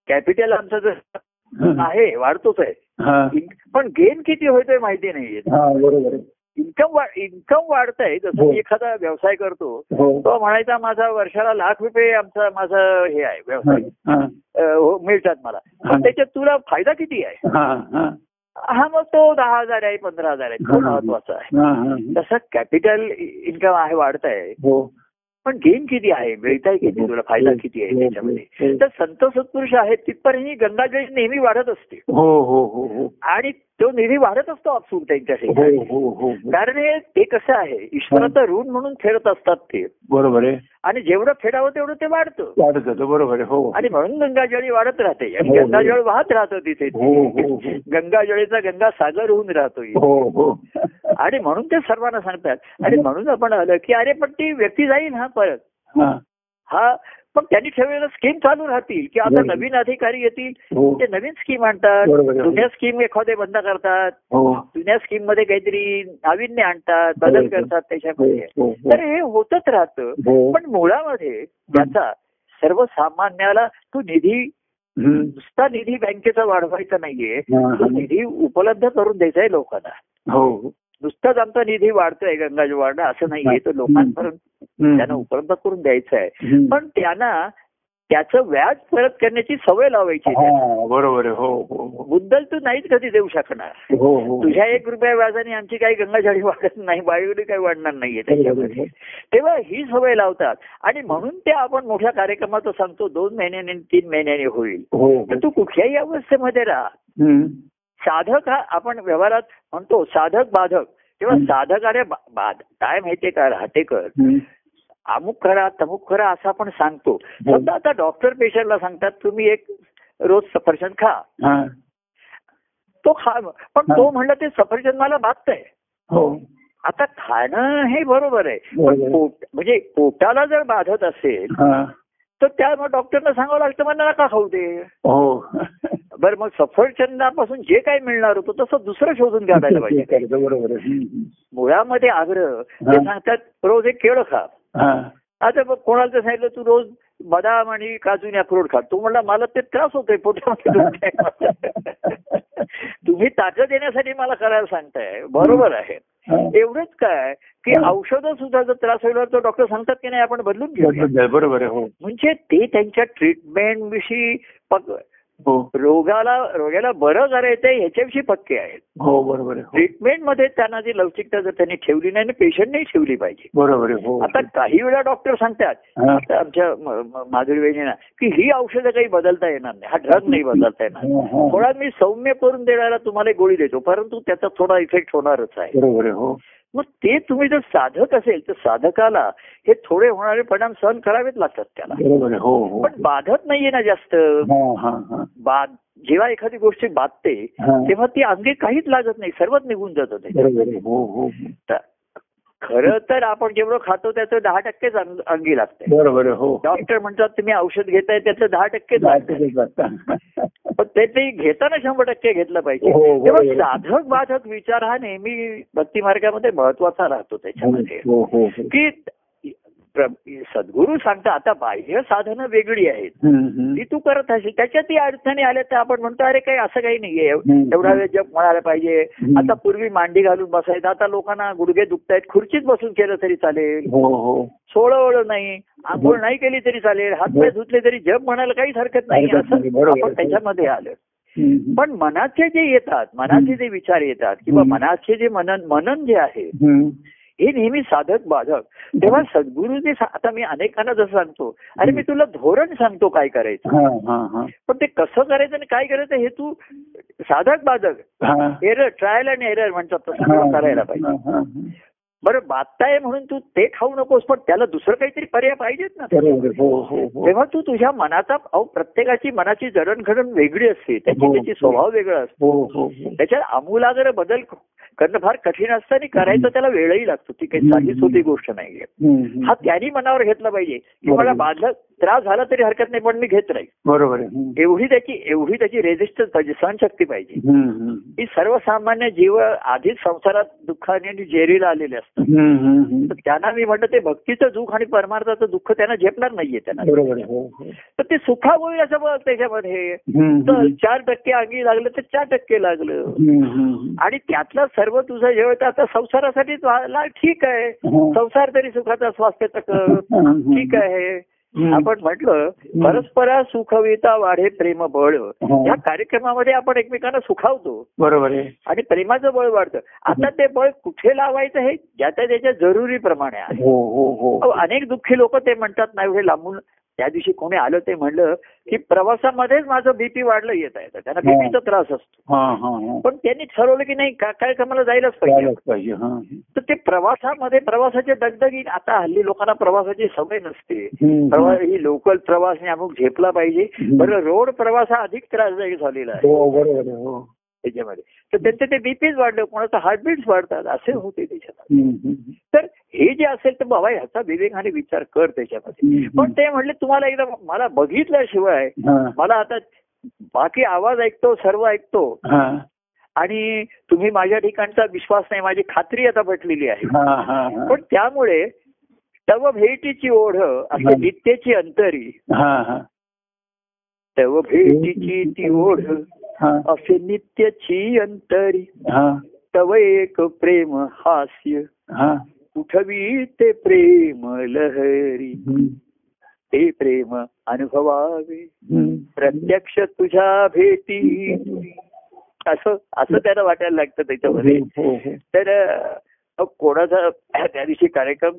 Speaker 1: कॅपिटल आमचं जर
Speaker 2: हा.
Speaker 1: आहे वाढतोच आहे
Speaker 2: हा
Speaker 1: इन- पण गेन किती होतोय माहिती नाहीये
Speaker 2: हा बरोबर आहे.
Speaker 1: इन्कम इन्कम वाढतंय जसं
Speaker 2: हो.
Speaker 1: की एखादा व्यवसाय करतो
Speaker 2: हो
Speaker 1: तो म्हणायचा माझा वर्षाला लाख रुपये आमचा माझा हे आहे
Speaker 2: हा
Speaker 1: व्यवसाय
Speaker 2: हा
Speaker 1: अ, हो, मिळतात मला पण त्याच्यात तुला फायदा किती आहे
Speaker 2: हा हा
Speaker 1: हा मग तो दहा हजार आहे पंधरा हजार आहे तो
Speaker 2: हा.
Speaker 1: महत्वाचा आहे
Speaker 2: हा, हा, हा.
Speaker 1: तसं कॅपिटल इन्कम आहे वाढत आहे
Speaker 2: हो
Speaker 1: पण गेन किती आहे मिळताय किती तुला फायदा किती
Speaker 2: हो,
Speaker 1: आहे त्याच्यामध्ये तर संत सत्पुरुष आहेत तिथपर्यंत ही गंगा जळी नेहमी वाढत असते
Speaker 2: हो हो हो हो
Speaker 1: आणि तो निधी वाढत असतो अबसूर त्यांच्या
Speaker 2: हो
Speaker 1: ठिकाणी
Speaker 2: हो हो
Speaker 1: कारण हे ते कसं आहे ईश्वराचं ऋण म्हणून फेडत असतात ते
Speaker 2: बरोबर आहे
Speaker 1: आणि जेवढं फेडावं तेवढं ते वाढतं
Speaker 2: वाढत जातो बरोबर आहे हो
Speaker 1: आणि म्हणून गंगाजळी वाढत राहते आणि
Speaker 2: हो, हो.
Speaker 1: गंगाजळ वाहत राहतो तिथे
Speaker 2: हो हो हो
Speaker 1: गंगाजळीचा गंगा सागर होऊन राहतो
Speaker 2: हो हो
Speaker 1: आणि म्हणून ते सर्वांना सांगतात आणि म्हणून आपण आलं की अरे पण ती व्यक्ती जाईल हा परत
Speaker 2: हा
Speaker 1: हा पण त्यांनी ठेवलेलं स्कीम चालू राहतील की आता
Speaker 2: बरोबर.
Speaker 1: नवीन अधिकारी येतील
Speaker 2: हो
Speaker 1: ते नवीन स्कीम आणतात
Speaker 2: बरोबर आहे.
Speaker 1: जुन्या स्कीम एखादे बंद करतात
Speaker 2: हो
Speaker 1: जुन्या स्कीम मध्ये काहीतरी नाविन्य आणतात बदल
Speaker 2: बरोबर.
Speaker 1: करतात
Speaker 2: हो
Speaker 1: त्याच्यामध्ये
Speaker 2: हो
Speaker 1: तर हे होतच राहतं
Speaker 2: हो
Speaker 1: पण मुळामध्ये त्याचा सर्वसामान्याला तो निधी
Speaker 2: हम्म.
Speaker 1: नुसता निधी बँकेचा वाढवायचा नाहीये
Speaker 2: हा,
Speaker 1: तो
Speaker 2: हा.
Speaker 1: निधी उपलब्ध करून द्यायचा आहे लोकांना
Speaker 2: हो
Speaker 1: नुसताच आमचा निधी वाढतोय गंगाजवाडा असं नाहीये तो लोकांपर्यंत
Speaker 2: हम्म.
Speaker 1: त्यांना उपलब्ध करून द्यायचा आहे
Speaker 2: हम्म.
Speaker 1: पण त्यांना त्याचं व्याज परत करण्याची सवय लावायची आहे.
Speaker 2: हा, बरोबर आहे हो हो हो.
Speaker 1: मुद्दल तू नाहीच कधी देऊ शकणार
Speaker 2: हो हो
Speaker 1: तुझ्या एक रुपया व्याजाने आमची काही गंगाझाडी वाढत नाही बाळगडी काही वाढणार नाहीये
Speaker 2: बरोबर
Speaker 1: त्याच्यामध्ये
Speaker 2: आहे.
Speaker 1: तेव्हा ही सवय लावतात आणि म्हणून ते आपण मोठ्या कार्यक्रमात सांगतो दोन महिन्याने आणि तीन महिन्याने होईल
Speaker 2: हो
Speaker 1: तर तू कुठल्याही अवस्थेमध्ये राहा
Speaker 2: हम्म.
Speaker 1: साधक हा आपण व्यवहारात म्हणतो साधक बाधक तेव्हा
Speaker 2: हं.
Speaker 1: साधक अरे बा- बाद काय माहितीये का राहतेकर
Speaker 2: हम्म.
Speaker 1: अमुक करा तमुक करा असं आपण सांगतो समजा आता डॉक्टर पेशंटला सांगतात तुम्ही एक रोज सफरचंद खा
Speaker 2: हा.
Speaker 1: तो खा पण
Speaker 2: हा.
Speaker 1: तो म्हणला ते सफरचंद मला भागतंय
Speaker 2: हो
Speaker 1: आता खाणं हे बरोबर आहे
Speaker 2: बरोबर आहे.
Speaker 1: पोट म्हणजे पोटाला जर बाधत असेल
Speaker 2: हा.
Speaker 1: तर त्या मग डॉक्टरना सांगावं लागतं मला नका खाऊ दे
Speaker 2: हो
Speaker 1: बरं मग सफरचंदापासून जे काय मिळणार होतं तसं दुसरं शोधून काढायला पाहिजे
Speaker 2: बरोबर आहे. हम्म.
Speaker 1: मुळामध्ये आग्रह ते
Speaker 2: हा.
Speaker 1: सांगतात रोज एक केळं खा
Speaker 2: हा.
Speaker 1: आता बघ कोणाला तर सांगितलं तू रोज बदाम आणि काजूने अक्रोड खा तो म्हणला मला ते त्रास होतोय
Speaker 2: (laughs)
Speaker 1: पोटामध्ये दुखतंय. (laughs) तुम्ही ताकद देण्यासाठी मला करायला सांगताय बरोबर आहे
Speaker 2: हा.
Speaker 1: एवढंच काय की
Speaker 2: हा.
Speaker 1: औषधं सुद्धा जर त्रास होईल तर डॉक्टर सांगतात की नाही आपण बदलून घेऊया
Speaker 2: बरोबर आहे. बरोबर आहे हो
Speaker 1: म्हणजे ते त्यांच्या ट्रीटमेंट विषयी
Speaker 2: हो
Speaker 1: रोगाला रोग्याला बरं करायचं आहे ह्याच्याविषयी पक्के आहेत
Speaker 2: हो बरोबर आहे हो.
Speaker 1: ट्रीटमेंट मध्ये त्यांना जी लवचिकता जर त्यांनी ठेवली नाही पेशंटने ठेवली पाहिजे
Speaker 2: बरोबर आहे हो
Speaker 1: आता काही वेळा डॉक्टर सांगतात
Speaker 2: हा.
Speaker 1: आता आमच्या म- म- माधुरी वहिनींना की ही औषधं काही बदलता येणार नाही हा ड्रग नाही बदलता येणार
Speaker 2: हा, हा.
Speaker 1: थोडा मी सौम्य करून देणारा तुम्हाला एक गोळी देतो परंतु त्याचा थोडा इफेक्ट होणारच आहे
Speaker 2: बरोबर आहे हो
Speaker 1: मग ते तुम्ही जर साधक असेल तर साधकाला हे थोडे होणारे परिणाम सहन करावेच लागतात त्याला
Speaker 2: बरोबर आहे हो हो
Speaker 1: पण बाधत नाहीये ना जास्त
Speaker 2: हा हा हा
Speaker 1: बाद जेव्हा एखादी गोष्ट बाधते
Speaker 2: हा.
Speaker 1: तेव्हा ती अंगी काहीच लागत नाही सर्वच निघून जातं ते
Speaker 2: बरोबर आहे हो हो
Speaker 1: तर खरं तर आपण जेवढं खातो त्याचं दहा टक्केच अंग- अंगी लागतंय
Speaker 2: बरोबर आहे हो
Speaker 1: डॉक्टर म्हणतात तुम्ही औषध घेताय त्याचं दहा टक्केच लागतंय
Speaker 2: जायचं जाता.
Speaker 1: पण ते ते घेताना शंभर टक्के घेतलं पाहिजे
Speaker 2: हो, बरोबर.
Speaker 1: तेव्हा साधक बाधक विचार हा नेहमी भक्ती मार्गामध्ये महत्वाचा राहतो त्याच्यामध्ये
Speaker 2: हो हो हो.
Speaker 1: की प्र- सद्गुरू सांगता आता बाह्य साधनं वेगळी आहेत
Speaker 2: हम्म, हम्म.
Speaker 1: ती तू करत असेल त्याच्यातही अडचणी आल्या तर आपण म्हणतो अरे काही असं काही नाहीये
Speaker 2: हम्म.
Speaker 1: एवढा वेळ जप म्हणायला पाहिजे
Speaker 2: हम्म.
Speaker 1: आता पूर्वी मांडी घालून बसायचं आता लोकांना गुडघे दुखतायत खुर्चीत बसून केलं तरी चालेल
Speaker 2: हो हो
Speaker 1: सोळवळं नाही आंघोळ नाही केली तरी चालेल हातपाय धुतले तरी जप म्हणायला काहीच हरकत नाही
Speaker 2: हरकत नाही,
Speaker 1: असं
Speaker 2: बरोबर.
Speaker 1: आपण त्याच्यामध्ये आलं
Speaker 2: हम्म,
Speaker 1: पण मनाचे जे येतात मनाचे जे विचार येतात किंवा
Speaker 2: हम्म.
Speaker 1: मनाचे जे मनन मनन जे आहे
Speaker 2: हम्म.
Speaker 1: हे नेहमी साधक बाधक तेव्हा सद्गुरूने सा- आता मी अनेकांना जसं सांगतो अरे मी तुला धोरण सांगतो काय करायचं
Speaker 2: हा हा हा
Speaker 1: पण ते कसं करायचं आणि काय करायचं हे तू साधक बाधक
Speaker 2: हा.
Speaker 1: एरर ट्रायल अँड एरर म्हणतात तसं
Speaker 2: हा,
Speaker 1: तुला करायला पाहिजे
Speaker 2: हा, हा.
Speaker 1: बरं बागताय म्हणून तू ते खाऊ नकोस पण त्याला दुसरं काहीतरी पर्याय पाहिजेत ना
Speaker 2: बरोबर हो हो हो
Speaker 1: तेव्हा तू तुझ्या मनाचा अहो प्रत्येकाची मनाची जडणघडण वेगळी असते त्याची
Speaker 2: हो.
Speaker 1: त्याची स्वभाव वेगळा असतो
Speaker 2: हो हो हो.
Speaker 1: त्याच्यात आमूलाग्र बदल क- करणं फार कठीण असतं आणि करायचं त्याला वेळही लागतो ती काही साधी सोपी गोष्ट नाहीये
Speaker 2: हम्म, हम्म.
Speaker 1: हा त्यांनी मनावर घेतला पाहिजे की
Speaker 2: बरोबर.
Speaker 1: मला बाधा त्रास झाला तरी हरकत नाही पण मी घेत राहील
Speaker 2: बरोबर आहे हम्म.
Speaker 1: एवढी त्याची एवढी त्याची रेजिस्टन्स पाहिजे सहनशक्ती पाहिजे
Speaker 2: हम्म, हम्म.
Speaker 1: ही सर्वसामान्य जीव आधीच संसारात दुःखाने आणि जेरीला आलेले असतात
Speaker 2: हम्म, हम्म, हम्म.
Speaker 1: तर त्यांना मी म्हणलं ते भक्तीचं दुःख आणि परमार्थाचं दुःख त्यांना झेपणार नाहीये त्यांना
Speaker 2: बरोबर आहे हो हो.
Speaker 1: तर ते सुखा होईल असं बघ त्याच्यामध्ये
Speaker 2: हम्म,
Speaker 1: तर
Speaker 2: हम्म.
Speaker 1: चार टक्के अंगी लागलं तर चार टक्के लागलं
Speaker 2: हम्म, हम्म.
Speaker 1: आणि त्यातलं सर्व तुझं जेवळ तर आता संसारासाठी ठीक आहे
Speaker 2: हा.
Speaker 1: संसार तरी सुखाचा स्वास्थ्याचा कर
Speaker 2: हम्म, हम्म.
Speaker 1: ठीक आहे आपण म्हटलं
Speaker 2: हम्म.
Speaker 1: परस्परा सुखविता वाढे प्रेम बळ
Speaker 2: हो.
Speaker 1: या कार्यक्रमामध्ये आपण एकमेकांना सुखावतो
Speaker 2: बरोबर आहे
Speaker 1: आणि प्रेमाचं बळ वाढतं आता ते बळ कुठे लावायचं हे ज्या त्या त्याच्या जरुरीप्रमाणे आहे
Speaker 2: हो हो
Speaker 1: अहो,
Speaker 2: हो
Speaker 1: अनेक दुःखी लोक ते म्हणतात ना एवढे लांबून त्या दिवशी कोणी आलं ते म्हणलं की प्रवासामध्येच माझं बीपी वाढलं येत आहे तर त्यांना
Speaker 2: हो.
Speaker 1: बीपीचा त्रास असतो
Speaker 2: हा हा हा
Speaker 1: पण त्यांनी ठरवलं की नाही का- कार्यक्रमाला जायलाच हो, पाहिजे
Speaker 2: जायलाच पाहिजे हा
Speaker 1: तर ते प्रवासामध्ये प्रवासाच्या दगदगी आता हल्ली लोकांना प्रवासाची सवय नसते
Speaker 2: हम्म,
Speaker 1: प्रवास
Speaker 2: हम्म.
Speaker 1: ही लोकल प्रवास आणि अमुक झेपला पाहिजे
Speaker 2: हम्म.
Speaker 1: बरं रोड प्रवास हा अधिक त्रासदायी झालेला आहे
Speaker 2: हो बरोबर आहे हो
Speaker 1: त्याच्यामध्ये तर त्यांचे ते बीपीज वाढलं कोणाचं हार्टबीट्स वाढतात असे होते त्याच्यात
Speaker 2: हम्म, हम्म.
Speaker 1: तर हे जे असेल तर बाबा ह्याचा विवेकाने विचार कर त्याच्यामध्ये
Speaker 2: हम्म,
Speaker 1: पण ते म्हणले तुम्हाला एकदा मला बघितल्याशिवाय
Speaker 2: हा
Speaker 1: मला आता बाकी आवाज ऐकतो सर्व ऐकतो
Speaker 2: हा
Speaker 1: आणि तुम्ही माझ्या ठिकाणचा विश्वास नाही माझी खात्री आता पटलेली आहे
Speaker 2: हा हा हा.
Speaker 1: पण त्यामुळे तव भेटीची ओढ असे
Speaker 2: हं.
Speaker 1: नित्यची अंतरी
Speaker 2: हा हा
Speaker 1: तव भेटीची ती ओढ
Speaker 2: हा
Speaker 1: असे नित्यची अंतरी
Speaker 2: हा
Speaker 1: तव एक प्रेम हास्य
Speaker 2: हा
Speaker 1: उठवी ते प्रेम लहरी
Speaker 2: हम्म,
Speaker 1: ते प्रेम अनुभवावे
Speaker 2: हम्म.
Speaker 1: प्रत्यक्ष तुझ्या भेटी असं असं त्याला वाटायला लागतं त्याच्यामध्ये
Speaker 2: हो, हो.
Speaker 1: तर अ, कोणाचा त्या दिवशी कार्यक्रम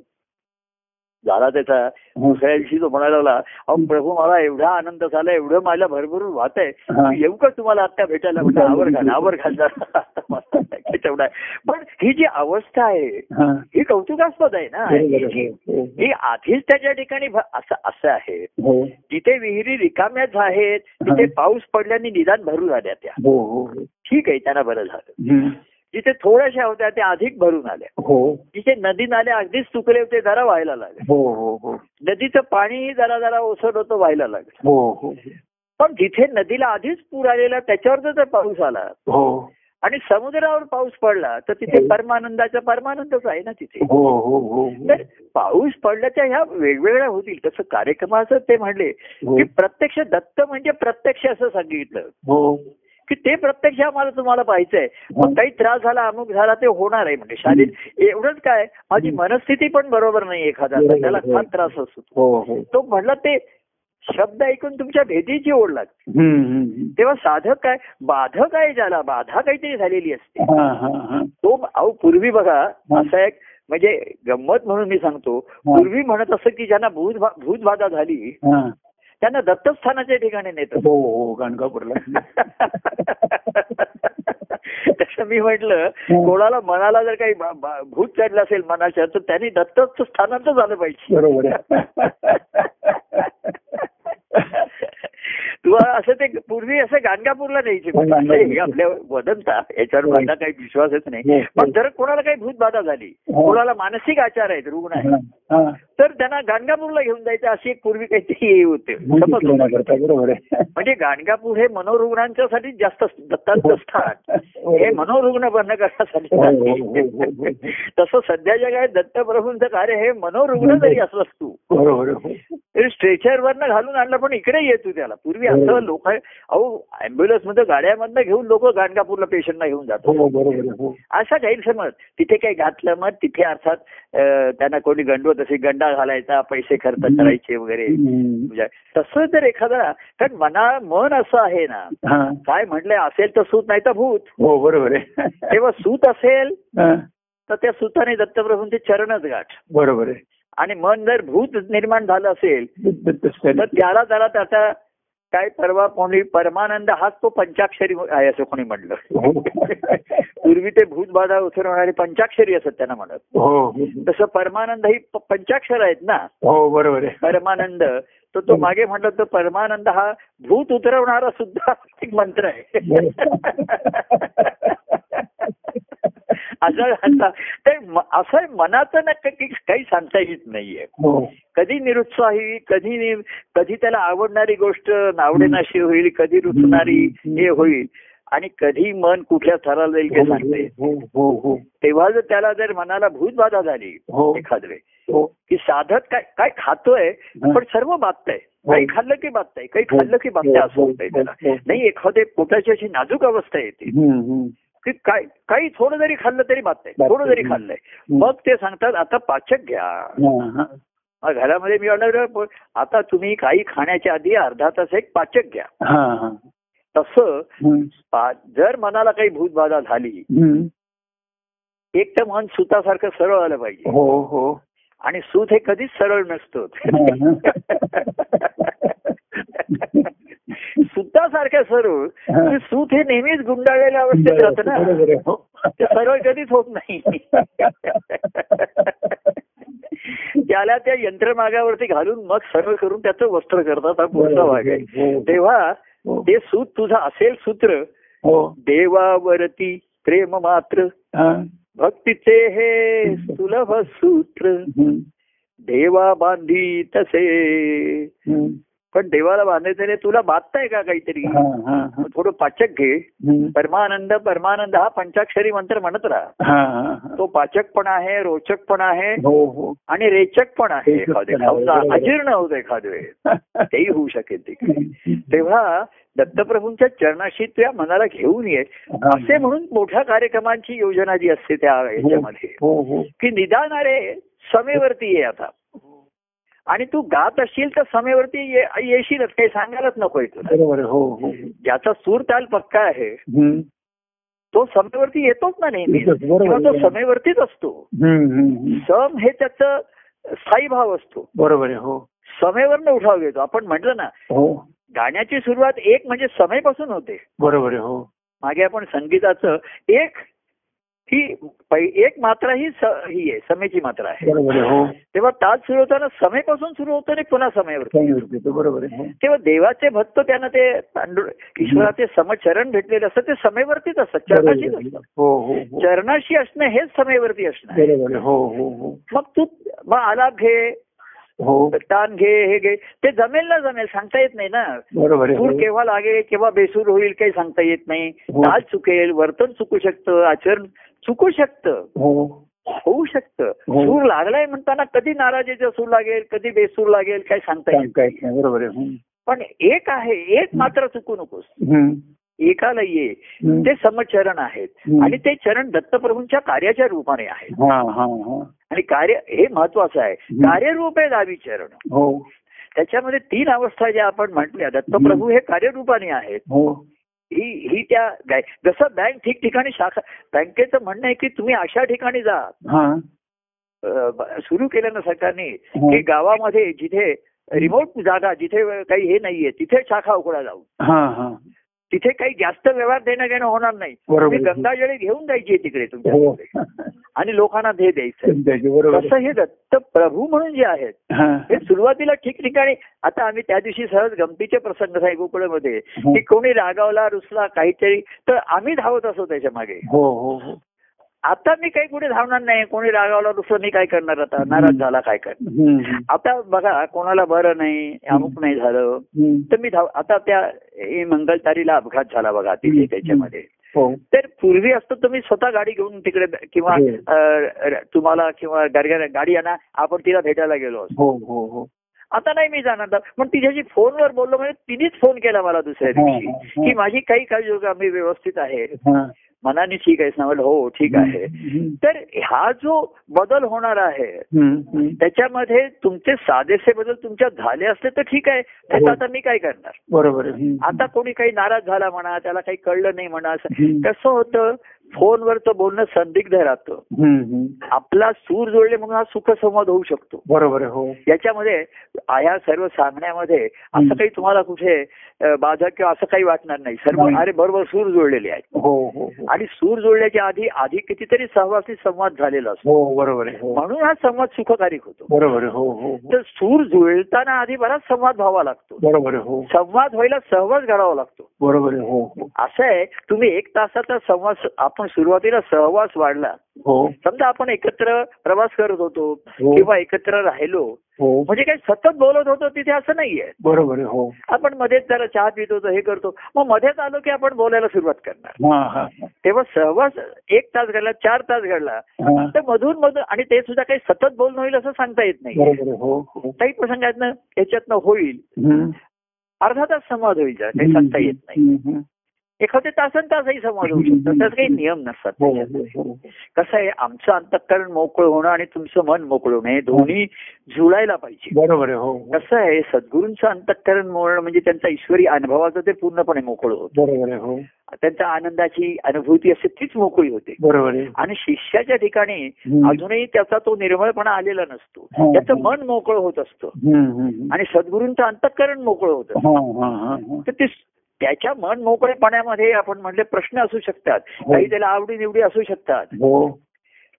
Speaker 1: झाला त्याचा दुसऱ्या दिवशी तो म्हणायला लागला अहो प्रभू मला एवढा आनंद झाला एवढं मला भरभरून वाहत आहे
Speaker 2: हा.
Speaker 1: येऊ का तुम्हाला आत्ता भेटायला म्हणजे आवर घाल आवर घाल जरा. (laughs) मस्त आहे, तेवढा आहे. पण ही जी अवस्था आहे
Speaker 2: हा.
Speaker 1: ही कौतुकास्पद आहे
Speaker 2: बरोबर
Speaker 1: ना
Speaker 2: आहे, हो,
Speaker 1: ही आधीच त्याच्या ठिकाणी भ- असं असं आहे
Speaker 2: हो.
Speaker 1: जिथे विहिरी रिकाम्याच आहेत तिथे
Speaker 2: हा.
Speaker 1: पाऊस पडल्याने निदान भरून आल्या त्या
Speaker 2: हो, हो, हो.
Speaker 1: ठीक आहे त्यांना बरं झालं
Speaker 2: हम्म.
Speaker 1: जिथे थोड्याशा होत्या त्या अधिक भरून आल्या
Speaker 2: हो,
Speaker 1: जिथे नदी नाल्या अगदीच तुकडे होते जरा व्हायला लागले
Speaker 2: हो, हो, हो.
Speaker 1: नदीचं पाणीही जरा जरा ओसड होतं व्हायला लागलं
Speaker 2: हो, हो,
Speaker 1: पण जिथे नदीला आधीच पूर आलेला त्याच्यावर जर तर पाऊस आला
Speaker 2: हो.
Speaker 1: आणि समुद्रावर पाऊस पडला तर तिथे
Speaker 2: हो.
Speaker 1: परमानंदाचा परमानंदच आहे ना तिथे
Speaker 2: हो, हो, हो,
Speaker 1: तर पाऊस पडल्याच्या ह्या वेगवेगळ्या होतील तसं कार्यक्रमाचं ते म्हणले
Speaker 2: हो.
Speaker 1: की प्रत्यक्ष दत्त म्हणजे प्रत्यक्ष असं सांगितलं
Speaker 2: हो.
Speaker 1: की ते प्रत्यक्ष आम्हाला तुम्हाला पाहायचंय मग काही त्रास झाला अमुक झाला ते होणार आहे म्हणजे शारीरिक एवढंच काय माझी
Speaker 2: हं.
Speaker 1: मनस्थिती पण बरोबर नाही एखादा
Speaker 2: बरोबर,
Speaker 1: त्याला
Speaker 2: बरोबर.
Speaker 1: फार त्रास असतो
Speaker 2: हो, हो.
Speaker 1: तो म्हणला ते शब्द ऐकून तुमच्या भेटीची ओढ लागते
Speaker 2: हम्म, हम्म.
Speaker 1: तेव्हा साधक काय बाधक आहे ज्याला बाधा काहीतरी झालेली असते
Speaker 2: हा, हा, हा.
Speaker 1: तो अहो पूर्वी बघा असा एक म्हणजे गंमत म्हणून मी सांगतो पूर्वी म्हणत असं की ज्यांना भूत भूतबाधा झाली
Speaker 2: हा.
Speaker 1: त्यांना दत्तस्थानाच्या ठिकाणी नेत
Speaker 2: हो, हो, गाणगापूरला.
Speaker 1: (laughs) तसं मी म्हटलं कोणाला मनाला जर काही बा- बा- भूत चढलं असेल मनाच्या तर त्यांनी दत्तच स्थानाचं झालं पाहिजे (laughs)
Speaker 2: बरोबर आहे.
Speaker 1: तुला असं ते पूर्वी असं गाणगापूरला न्यायचे
Speaker 2: हो, गाणगापूर.
Speaker 1: हे आपल्या वदंता याच्यावर माझा काही विश्वासच नाही
Speaker 2: हो,
Speaker 1: पण
Speaker 2: हो.
Speaker 1: जर कोणाला काही भूतबाधा झाली
Speaker 2: हो.
Speaker 1: कोणाला मानसिक आचार आहेत रुग्ण आहेत
Speaker 2: हा, हा.
Speaker 1: तर त्यांना गाणगापूरला घेऊन जायचं अशी एक पूर्वी काहीतरी हे होते
Speaker 2: भूमिकेत
Speaker 1: समज होता.
Speaker 2: येण्याकरता, बरोबर आहे.
Speaker 1: म्हणजे गाणगापूर हे मनोरुग्णांच्यासाठी जास्त दत्तांचं स्थान हे मनोरुग्ण बंद करण्यासाठी
Speaker 2: हो, हो,
Speaker 1: आहे.
Speaker 2: हो, हो, हो.
Speaker 1: तसं सध्याच्या काळात दत्तप्रभूंचं कार्य हे मनोरुग्ण
Speaker 2: म्हणजे
Speaker 1: जरी असलास तू
Speaker 2: बरोबर आहे, हो.
Speaker 1: तरी स्ट्रेचरवरनं घालून आणलं पण इकडे ये तू त्याला पूर्वी असं लोक अहो अँब्युलन्स मध्ये गाड्यामधनं घेऊन लोक गाणगापूरला पेशंटला घेऊन जातात
Speaker 2: हो, बरोबर आहे, हो.
Speaker 1: असा गैरसमज तिथे काही घातलं मग तिथे अर्थात अं, त्यांना कोणी गंडवत असे गंडा घालायचा पैसे खर्च करायचे वगैरे
Speaker 2: हम्म.
Speaker 1: म्हणजे तसं जर एखादा कारण मना मन असं आहे ना
Speaker 2: हा.
Speaker 1: काय म्हटलंय असेल तर सूत नाही तर भूत
Speaker 2: हो, बरोबर आहे.
Speaker 1: तेव्हा सूत असेल
Speaker 2: हा,
Speaker 1: तर त्या सूताने दत्तप्रभूंचे चरणच गाठ
Speaker 2: बरोबर आहे
Speaker 1: आणि मन जर भूत निर्माण झालं असेल तर
Speaker 2: बरोबर
Speaker 1: त्याला त्याला त्याचा काय परवा कोणी परमानंद हाच तो पंचाक्षरी आहे असं कोणी म्हटलं
Speaker 2: हो.
Speaker 1: पूर्वी ते भूतबाधा उतरवणारे पंचाक्षरी असत त्यांना म्हणत
Speaker 2: हो
Speaker 1: तसं परमानंद ही प- पंचाक्षर आहेत ना
Speaker 2: हो बरोबर आहे
Speaker 1: परमानंद तर तो मागे म्हटलं तर परमानंद हा भूत उतरवणारा सुद्धा एक मंत्र आहे असं आता ते म- असं मनाचं नक्की काही सांगता येत नाहीये
Speaker 2: हो
Speaker 1: कधी निरुत्साही कधी नि- कधी त्याला आवडणारी गोष्ट नावडेनाशी होईल कधी रुचणारी हे होईल आणि कधी मन कुठल्या थराला जाईल ते सांगता येत.
Speaker 2: हो हो हो
Speaker 1: तेव्हा जर त्याला जर मनाला भूतबाधा झाली
Speaker 2: हो
Speaker 1: एखादे
Speaker 2: हो
Speaker 1: की साधक काय काय खातोय पण सर्व बाबतंय काही खाल्लं की बाबतंय काही
Speaker 2: हो.
Speaker 1: खाल्लं की बाबतंय असं होतंय त्याला नाही एखादे पोटाची अशी नाजूक अवस्था येते
Speaker 2: हम्म, हम्म.
Speaker 1: की काय काही थोडं जरी खाल्लं तरी बाबतंय थोडं जरी खाल्लंय मग ते सांगतात आता पाचक घ्या
Speaker 2: हा, हा.
Speaker 1: मग घरामध्ये मी म्हणलं "पण आता तुम्ही काही खाण्याच्या आधी अर्धा तास एक पाचक घ्या
Speaker 2: हा हा
Speaker 1: तसं
Speaker 2: हम्म.
Speaker 1: पा- जर मनाला काही भूतबाधा झाली
Speaker 2: हम्म.
Speaker 1: एक तर मन सुतासारखं सरळ आलं पाहिजे
Speaker 2: हो हो
Speaker 1: आणि सूत हे कधीच सरळ नसतं
Speaker 2: हा,
Speaker 1: सुतासारखं सरळ
Speaker 2: हा.
Speaker 1: पण सूत हे नेहमीच गुंडाळलेल्या अवस्थेत
Speaker 2: बरोबर,
Speaker 1: जात ना
Speaker 2: बरोबर आहे, हो.
Speaker 1: ते सरळ कधीच होत नाही त्याला त्या यंत्रमागावरती घालून मग सरळ करून त्याचं वस्त्र करतात हा पुढचा भाग आहे
Speaker 2: हो, हो.
Speaker 1: तेव्हा
Speaker 2: हो,
Speaker 1: ते सूत तुझं असेल सूत्र
Speaker 2: हो
Speaker 1: देवावरती प्रेम मात्र
Speaker 2: हा.
Speaker 1: भक्तीचे हे सुलभ सूत्र
Speaker 2: हम्म.
Speaker 1: देवा बांधी तसे
Speaker 2: हम्म.
Speaker 1: पण देवाला बांधायचं नाही तुला बांधताय का काहीतरी
Speaker 2: हा, हा, हा.
Speaker 1: थोडं पाचक घे
Speaker 2: हम्म.
Speaker 1: परमानंद परमानंद हा पंचाक्षरी मंत्र म्हणत राहा
Speaker 2: हा, हा, हा.
Speaker 1: तो पाचक पण आहे रोचक पण आहे
Speaker 2: हो हो
Speaker 1: आणि रेचक पण आहे
Speaker 2: रेचक पण
Speaker 1: एखाद्या
Speaker 2: आहे, बरोबर.
Speaker 1: अजीर्ण होत एखाद्या वेळेस तेही होऊ शकेल ते
Speaker 2: हा.
Speaker 1: तेव्हा दत्तप्रभूंच्या चरणाशी त्या मनाला घेऊन ये असे म्हणून मोठ्या कार्यक्रमांची योजना जी असते त्या याच्यामध्ये
Speaker 2: हो हो
Speaker 1: की निदान अरे समेवरती ये आता आणि तू गात असशील तर समेवरती ये येशीलच काही सांगायलाच नकोय तुला
Speaker 2: बरोबर आहे, हो हो
Speaker 1: ज्याचा सूर ताल पक्का आहे
Speaker 2: हम्म.
Speaker 1: तो समेवरती येतोच ना नेहमी
Speaker 2: येतोच, बरोबर.
Speaker 1: किंवा तो समेवरतीच असतो
Speaker 2: हम्म, हम्म, हम्म.
Speaker 1: सम हे त्याचं स्थायी भाव असतो
Speaker 2: बरोबर आहे हो
Speaker 1: समेवरनं उठाव घेतो आपण म्हटलं ना
Speaker 2: हो
Speaker 1: गाण्याची सुरुवात एक म्हणजे समेपासून होते
Speaker 2: बरोबर आहे हो
Speaker 1: मागे आपण संगीताचं एक ही पै- एक मात्रा ही स- ही आहे समेची मात्रा आहे
Speaker 2: बरोबर आहे हो
Speaker 1: तेव्हा ताज सुरू होताना समेपासून सुरू होतो आणि पुन्हा समेवर
Speaker 2: काही हरकत नाही, बरोबर आहे हो.
Speaker 1: तेव्हा देवाचे भक्त त्यांना ते तांदूळ ईश्वराचे समचरण भेटलेले असतात ते समेवरतीच असतात
Speaker 2: बरोबर
Speaker 1: चरणाशीच
Speaker 2: आहे.
Speaker 1: असतात
Speaker 2: हो हो हो
Speaker 1: चरणाशी असणं हेच समेवरती असणं आहे.
Speaker 2: बरोबर आहे हो हो हो
Speaker 1: मग तू मग आलाप घे
Speaker 2: हो
Speaker 1: ताण घे हे घे ते जमेल ना जमेल सांगता येत नाही ना
Speaker 2: बरोबर आहे
Speaker 1: सूर
Speaker 2: हो.
Speaker 1: केव्हा लागेल केव्हा बेसूर होईल काही सांगता येत नाही
Speaker 2: हो.
Speaker 1: ताल चुकेल वर्तन चुकू शकतं आचरण चुकू शकतं
Speaker 2: हो
Speaker 1: होऊ शकतं
Speaker 2: हो.
Speaker 1: सूर लागलाय म्हणताना कधी नाराजीचा सूर लागेल कधी बेसूर लागेल काही सांगता येत
Speaker 2: सांगता येत नाही बरोबर आहे हम्म.
Speaker 1: पण एक आहे एक मात्र चुकू नकोस
Speaker 2: हम्म.
Speaker 1: एकाला ये
Speaker 2: हम्म.
Speaker 1: ते समचरण आहेत
Speaker 2: हम्म.
Speaker 1: आणि ते चरण दत्तप्रभूंच्या कार्याच्या रूपाने आहेत
Speaker 2: हा हा हा
Speaker 1: आणि कार्य हे महत्वाचं आहे
Speaker 2: हम्म.
Speaker 1: कार्यरूप आहे दावी चरण
Speaker 2: हो
Speaker 1: त्याच्यामध्ये तीन अवस्था ज्या आपण म्हटल्या दत्तप्रभू हे कार्यरूपाने आहेत
Speaker 2: हो
Speaker 1: ही ही त्या गाय- जसं बँक ठिकठिकाणी शाखा बँकेचं म्हणणं आहे की तुम्ही अशा ठिकाणी जा
Speaker 2: हा
Speaker 1: सुरू केलं ना सरकारने
Speaker 2: हो.
Speaker 1: की गावामध्ये जिथे रिमोट जागा जिथे काही हे नाहीये तिथे शाखा उघडा जाऊ
Speaker 2: हा हा
Speaker 1: तिथे काही जास्त व्यवहार देणं घेणं होणार नाही
Speaker 2: बरोबर
Speaker 1: तुम्ही
Speaker 2: आहे.
Speaker 1: गंगाजळी घेऊन जायची तिकडे
Speaker 2: हो
Speaker 1: तुमच्या आणि लोकांना ते द्यायचं
Speaker 2: त्याचे बरोबर आहे.
Speaker 1: तसं हे दत्त प्रभू म्हणून जे आहेत
Speaker 2: हा.
Speaker 1: हे सुरुवातीला ठिकठिकाणी आता आम्ही त्या दिवशी सहज गमतीचे प्रसंग साहेब गोकुळमध्ये
Speaker 2: हो.
Speaker 1: की कोणी रागावला रुसला काहीतरी तर आम्ही धावत असो त्याच्या मागे
Speaker 2: हो हो हो
Speaker 1: आता मी काही कुठे धावणार नाही कोणी रागावला रुसला मी काय करणार आता नाराज झाला काय करणार
Speaker 2: हम्म, हम्म.
Speaker 1: आता बघा कोणाला बरं नाही अमुक नाही झालं
Speaker 2: हम्म.
Speaker 1: तर मी धाव आता त्या हे मंगलतारीला अपघात झाला बघा तिथे
Speaker 2: हम्म.
Speaker 1: त्याच्यामध्ये
Speaker 2: हो
Speaker 1: तर पूर्वी असतं तुम्ही स्वतः गाडी घेऊन तिकडे ब- किंवा
Speaker 2: हो.
Speaker 1: अं, र- तुम्हाला किंवा गाडग्या- गाडी आणा आपण तिला भेटायला गेलो असतो
Speaker 2: हो हो हो
Speaker 1: आता नाही मी जाणार आता. पण तिच्याशी फोनवर बोललो म्हणजे तिनेच फोन केला मला दुसऱ्या
Speaker 2: हा,
Speaker 1: दिवशी
Speaker 2: हा, हा.
Speaker 1: की माझी काही काही योगा मी व्यवस्थित आहे
Speaker 2: हा.
Speaker 1: मनाने ठीक आहे सांगलं हो ठीक आहे
Speaker 2: हम्म.
Speaker 1: तर हा जो बदल होणार आहे
Speaker 2: हम्म, हम्म.
Speaker 1: त्याच्यामध्ये तुमचे साधेसे बदल तुमच्या झाले असले तर ठीक आहे नाही तर
Speaker 2: हो.
Speaker 1: आता मी काय करणार
Speaker 2: बरोबर आहे हम्म.
Speaker 1: आता कोणी काही नाराज झाला म्हणा त्याला काही कळलं नाही म्हणा असं
Speaker 2: हम्म.
Speaker 1: कसं होतं फोनवर तर बोलणं संदिग्ध राहतं
Speaker 2: हम्म, हम्म.
Speaker 1: आपला सूर जोडले म्हणून हा सुखसंवाद होऊ शकतो
Speaker 2: बरोबर आहे हो
Speaker 1: याच्यामध्ये ह्या सर्व सांगण्यामध्ये असं
Speaker 2: हम्म.
Speaker 1: काही तुम्हाला कुठे अ, बाधा किंवा असं काही वाटणार नाही सर्व
Speaker 2: नाही.
Speaker 1: अरे बरोबर सूर जोडलेले आहेत
Speaker 2: हो हो हो.
Speaker 1: आणि सूर जोडल्याच्या आधी आधी कितीतरी सहवासी संवाद झालेला असतो
Speaker 2: हो बरोबर आहे हो
Speaker 1: म्हणून हा संवाद सुखकारक होतो
Speaker 2: बरोबर आहे हो हो हो.
Speaker 1: तर सूर जुळताना आधी बराच संवाद व्हावा लागतो
Speaker 2: बरोबर आहे हो
Speaker 1: संवाद व्हायला सहवास घडावा लागतो
Speaker 2: बरोबर आहे हो हो
Speaker 1: असं आहे तुम्ही एक तासाचा संवाद आपण सुरुवातीला सहवास वाढला
Speaker 2: हो
Speaker 1: समजा आपण एकत्र प्रवास करत होतो
Speaker 2: हो.
Speaker 1: किंवा एकत्र राहिलो
Speaker 2: हो
Speaker 1: म्हणजे काही सतत बोलत होतो तिथे असं नाहीये
Speaker 2: बरोबर आहे हो
Speaker 1: आपण मध्येच जरा चहा पित होतो हे करतो मग मध्येच आलो की आपण बोलायला सुरुवात करणार
Speaker 2: हा हा हा.
Speaker 1: तेव्हा सहवास एक तास घडला चार तास घडला
Speaker 2: हा.
Speaker 1: तर मधून मधून आणि ते सुद्धा काही सतत बोलणं होईल असं सांगता येत नाही
Speaker 2: बरोबर आहे हो हो
Speaker 1: काही प्रसंगातनं याच्यातनं होईल
Speaker 2: हम्म.
Speaker 1: अर्धा तास संवाद होईल जरा काही सांगता येत नाही
Speaker 2: हम्म, हम्म.
Speaker 1: एखादे तासन तासही संवाद होऊ शकतो त्यात काही नियम नसतात
Speaker 2: हो
Speaker 1: त्याच्यात.
Speaker 2: हो हो
Speaker 1: कसं आहे आमचं अंतःकरण मोकळं होणं आणि तुमचं मन मोकळं होणं हे दोन्ही जुळायला पाहिजे
Speaker 2: बरोबर आहे हो हो.
Speaker 1: कसं आहे सद्गुरूंचं अंतःकरण मोडणं म्हणजे त्यांचा ईश्वरी अनुभवाचं ते पूर्णपणे मोकळं होतं
Speaker 2: बरोबर आहे हो
Speaker 1: त्यांच्या आनंदाची अनुभूती असते तीच मोकळी होते
Speaker 2: बरोबर आहे
Speaker 1: आणि शिष्याच्या ठिकाणी
Speaker 2: हम्म.
Speaker 1: अजूनही त्याचा तो निर्मळपणा आलेला नसतो
Speaker 2: हो,
Speaker 1: त्याचं
Speaker 2: हो.
Speaker 1: मन मोकळं होत असतं
Speaker 2: हम्म, हम्म.
Speaker 1: आणि सद्गुरूंचं अंतःकरण मोकळं होतं
Speaker 2: हा, हा, हा, हा.
Speaker 1: तर ते त्याच्या मन मोकळेपणामध्ये आपण म्हणले प्रश्न असू शकतात
Speaker 2: हो.
Speaker 1: काही त्याला आवडी निवडी असू शकतात
Speaker 2: हो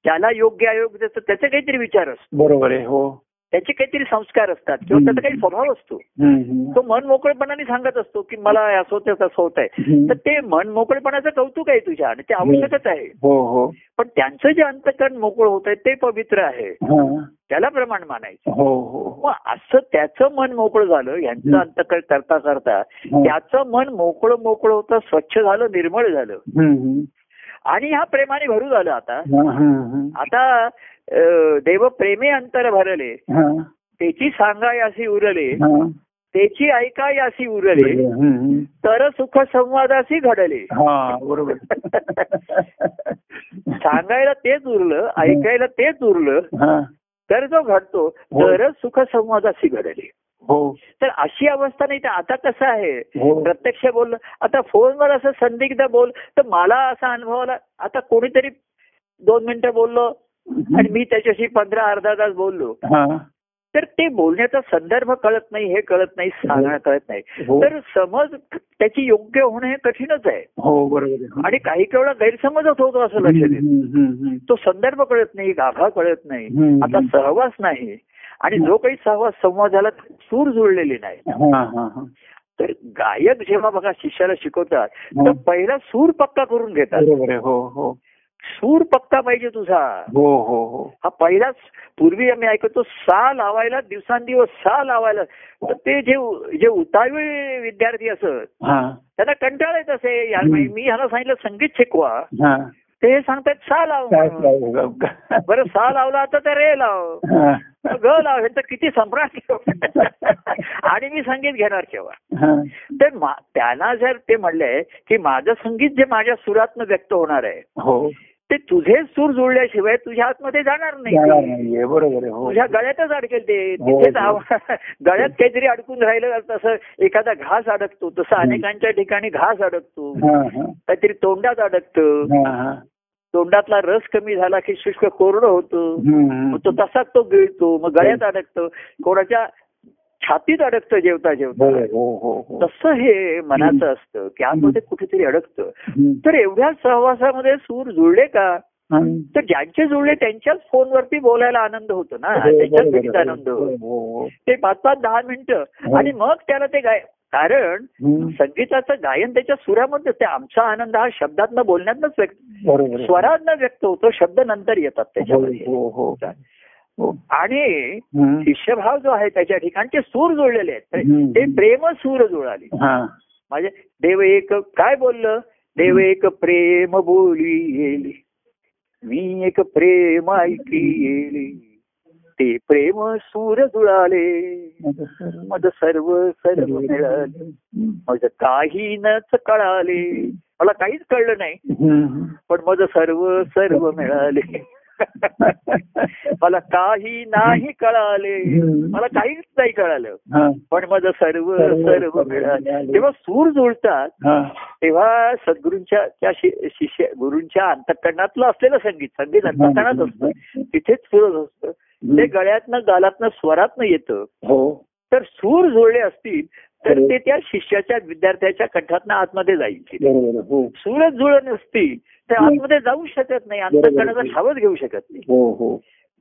Speaker 1: त्याला योग्य अयोग्य त्याचं- त्याचे काहीतरी विचार असतो
Speaker 2: बरोबर आहे हो
Speaker 1: त्याचे काहीतरी संस्कार असतात किंवा त्याचा काही स्वभाव असतो
Speaker 2: हम्म, हम्म.
Speaker 1: तो मन मोकळेपणाने सांगत असतो की मला हे असं होतं तसं होत आहे
Speaker 2: हम्म.
Speaker 1: तर ते मन मोकळेपणाचं कौतुक आहे तुझ्या आणि ते आवश्यकच आहे
Speaker 2: हो हो
Speaker 1: पण त्यांचं जे अंतकरण मोकळं होत आहे ते पवित्र आहे
Speaker 2: हा.
Speaker 1: त्याला प्रमाण मानायचं
Speaker 2: हो हो हो.
Speaker 1: मग असं त्याचं मन मोकळं झालं यांचं
Speaker 2: हम्म.
Speaker 1: अंतकरण करता करता त्याचं मन मोकळं मोकळं होतं स्वच्छ झालं निर्मळ झालं
Speaker 2: हम्म, हम्म.
Speaker 1: आणि हा प्रेमाने भरू झालं आता
Speaker 2: हा, हा, हा.
Speaker 1: आता अं, देव प्रेमे अंतर भरले
Speaker 2: हा,
Speaker 1: त्याची सांगाय अशी उरले
Speaker 2: हा.
Speaker 1: त्याची ऐकाय अशी उरले
Speaker 2: बरोबर. हम्म, हम्म.
Speaker 1: तर सुख
Speaker 2: (laughs)
Speaker 1: संवादाशी घडले
Speaker 2: हा बरोबर
Speaker 1: सांगायला तेच उरलं ऐकायला तेच उरलं
Speaker 2: हा,
Speaker 1: तर जो घडतो
Speaker 2: हो.
Speaker 1: तरच सुख संवादाशी घडले
Speaker 2: हो
Speaker 1: तर अशी अवस्था नाही तर आता कसं आहे
Speaker 2: हो
Speaker 1: प्रत्यक्ष बोललं आता फोनवर असं संदिग्ध बोल तर मला असा अनुभव आला आता कोणीतरी दोन मिनिटं बोललो आणि मी त्याच्याशी पंधरा अर्धा तास बोललो
Speaker 2: हा,
Speaker 1: तर ते बोलण्याचा संदर्भ कळत नाही हे कळत नाही सांगणं कळत नाही
Speaker 2: हो
Speaker 1: तर समज त्याची योग्य होणं हे कठीणच आहे
Speaker 2: हो बरोबर आहे.
Speaker 1: आणि काही केवळा गैरसमजच होतो असं लक्षात येतं
Speaker 2: हम्म, हम्म, हम्म.
Speaker 1: तो संदर्भ कळत नाही गाभा कळत नाही
Speaker 2: हम्म,
Speaker 1: आता
Speaker 2: हम्म.
Speaker 1: सहवास नाही आणि जो काही सहवास संवाद झाला तो सूर जुळलेले नाही
Speaker 2: हा, हा, हा.
Speaker 1: तर गायक जेव्हा बघा शिष्याला शिकवतात तर
Speaker 2: हो.
Speaker 1: पहिला सूर पक्का करून घेतात
Speaker 2: बरोबर आहे हो हो
Speaker 1: सूर पक्का पाहिजे तुझा
Speaker 2: हो हो हो
Speaker 1: हा पहिलाच पूर्वी आम्ही ऐकतो सा लावायला दिवसांदिवस सा लावायला तर ते जे जे उतावी विद्यार्थी असत
Speaker 2: हा
Speaker 1: त्यांना कंटाळ येत असे या-
Speaker 2: हम्म.
Speaker 1: मी ह्याला सांगितलं संगीत शिकवा
Speaker 2: हा
Speaker 1: ते हे सांगतात सा लाव
Speaker 2: काय
Speaker 1: म्हणून.
Speaker 2: काय होतं?
Speaker 1: बरं सा लावला आता तर रे
Speaker 2: (laughs)
Speaker 1: लाव
Speaker 2: हा,
Speaker 1: ग लाव ह्यांचं किती सम्राट
Speaker 2: (laughs)
Speaker 1: आणि मी संगीत घेणार केव्हा
Speaker 2: हा.
Speaker 1: तर मा- त्याला जर ते म्हणलंय की माझं संगीत जे माझ्या सुरातनं व्यक्त होणार आहे
Speaker 2: हो
Speaker 1: ते तुझे सूर जुळल्याशिवाय तुझ्या आतमध्ये जाणार
Speaker 2: जाणार
Speaker 1: नाही
Speaker 2: नाहीये बरोबर आहे हो
Speaker 1: तुझ्या गळ्यातच अडकेल ते
Speaker 2: हो,
Speaker 1: तिथेच
Speaker 2: हो.
Speaker 1: आव- (laughs) गळ्यात काहीतरी अडकून राहिलं तसं एखादा घास अडकतो तसं
Speaker 2: हम्म.
Speaker 1: अनेकांच्या ठिकाणी घास अडकतो
Speaker 2: हा, हा.
Speaker 1: काहीतरी तोंडात अडकतं
Speaker 2: हा, हा.
Speaker 1: तोंडातला रस कमी झाला की शुष्क कोरडं होतं
Speaker 2: हम्म, हम्म.
Speaker 1: मग तो तसाच तो गिळतो मग गळ्यात अडकतं कोणाच्या छातीत अडकतं जेवता
Speaker 2: बरोबर
Speaker 1: जेवता
Speaker 2: आहे. हो हो हो
Speaker 1: तसं हे मनाचं असतं की आतमध्ये कुठेतरी अडकतं
Speaker 2: हम्म.
Speaker 1: तर एवढ्या सहवासामध्ये सूर जुळले का
Speaker 2: आणि-
Speaker 1: तर ज्यांचे जुळले त्यांच्याच फोनवरती बोलायला आनंद होतो ना
Speaker 2: हो,
Speaker 1: त्याच्याच
Speaker 2: बरोबर
Speaker 1: भेटीत
Speaker 2: आहे.
Speaker 1: आनंद
Speaker 2: हो,
Speaker 1: होतो
Speaker 2: हो, हो.
Speaker 1: ते पाच पाच दहा मिनिटं आणि मग त्याला ते गाय कारण
Speaker 2: हम्म.
Speaker 1: संगीताचं गायन त्याच्या सुरामध्ये ते आमचा आनंद हा शब्दातनं बोलण्यातनच व्यक्त
Speaker 2: बरोबर आहे.
Speaker 1: स्वरांना व्यक्त होतो शब्द नंतर येतात
Speaker 2: हो
Speaker 1: त्याच्यामध्ये
Speaker 2: हो हो हो.
Speaker 1: आणि
Speaker 2: हम्म.
Speaker 1: शिष्यभाव जो आहे त्याच्या ठिकाणचे सूर जुळलेले आहेत
Speaker 2: हम्म.
Speaker 1: ते प्रेम सूर जुळाले
Speaker 2: हा.
Speaker 1: म्हणजे देव एक काय बोललं देव एक प्रेम बोली येली मी एक प्रेम ऐकी येली ते प्रेम सूर जुळाले मग सर्व सर्व मिळाले
Speaker 2: हम्म.
Speaker 1: मग काही नच कळाले मला काहीच कळलं नाही
Speaker 2: हम्म.
Speaker 1: पण मग सर्व सर्व मिळाले मला काही नाही कळाले मला काहीच नाही कळालं
Speaker 2: हा.
Speaker 1: पण मग सर्व सर्व मिळाले तेव्हा सूर जुळतात
Speaker 2: हा.
Speaker 1: तेव्हा सद्गुरूंच्या त्या शि- शिष्य गुरूंच्या अंतकरणातलं असलेलं संगीत संगीत अंतकरणात असतं तिथेच सूर असतं ते गळ्यातनं गालातनं स्वरातनं येतं
Speaker 2: हो
Speaker 1: तर सूर जुळले असतील तर ते त्या शिष्याच्या विद्यार्थ्याच्या कंठातनं आतमध्ये जाईल
Speaker 2: बरोबर आहे. हो
Speaker 1: सूरच जुळत नसतील तर आतमध्ये जाऊ शकत नाही अंतकरणाचा ठावच घेऊ शकत नाही
Speaker 2: हो हो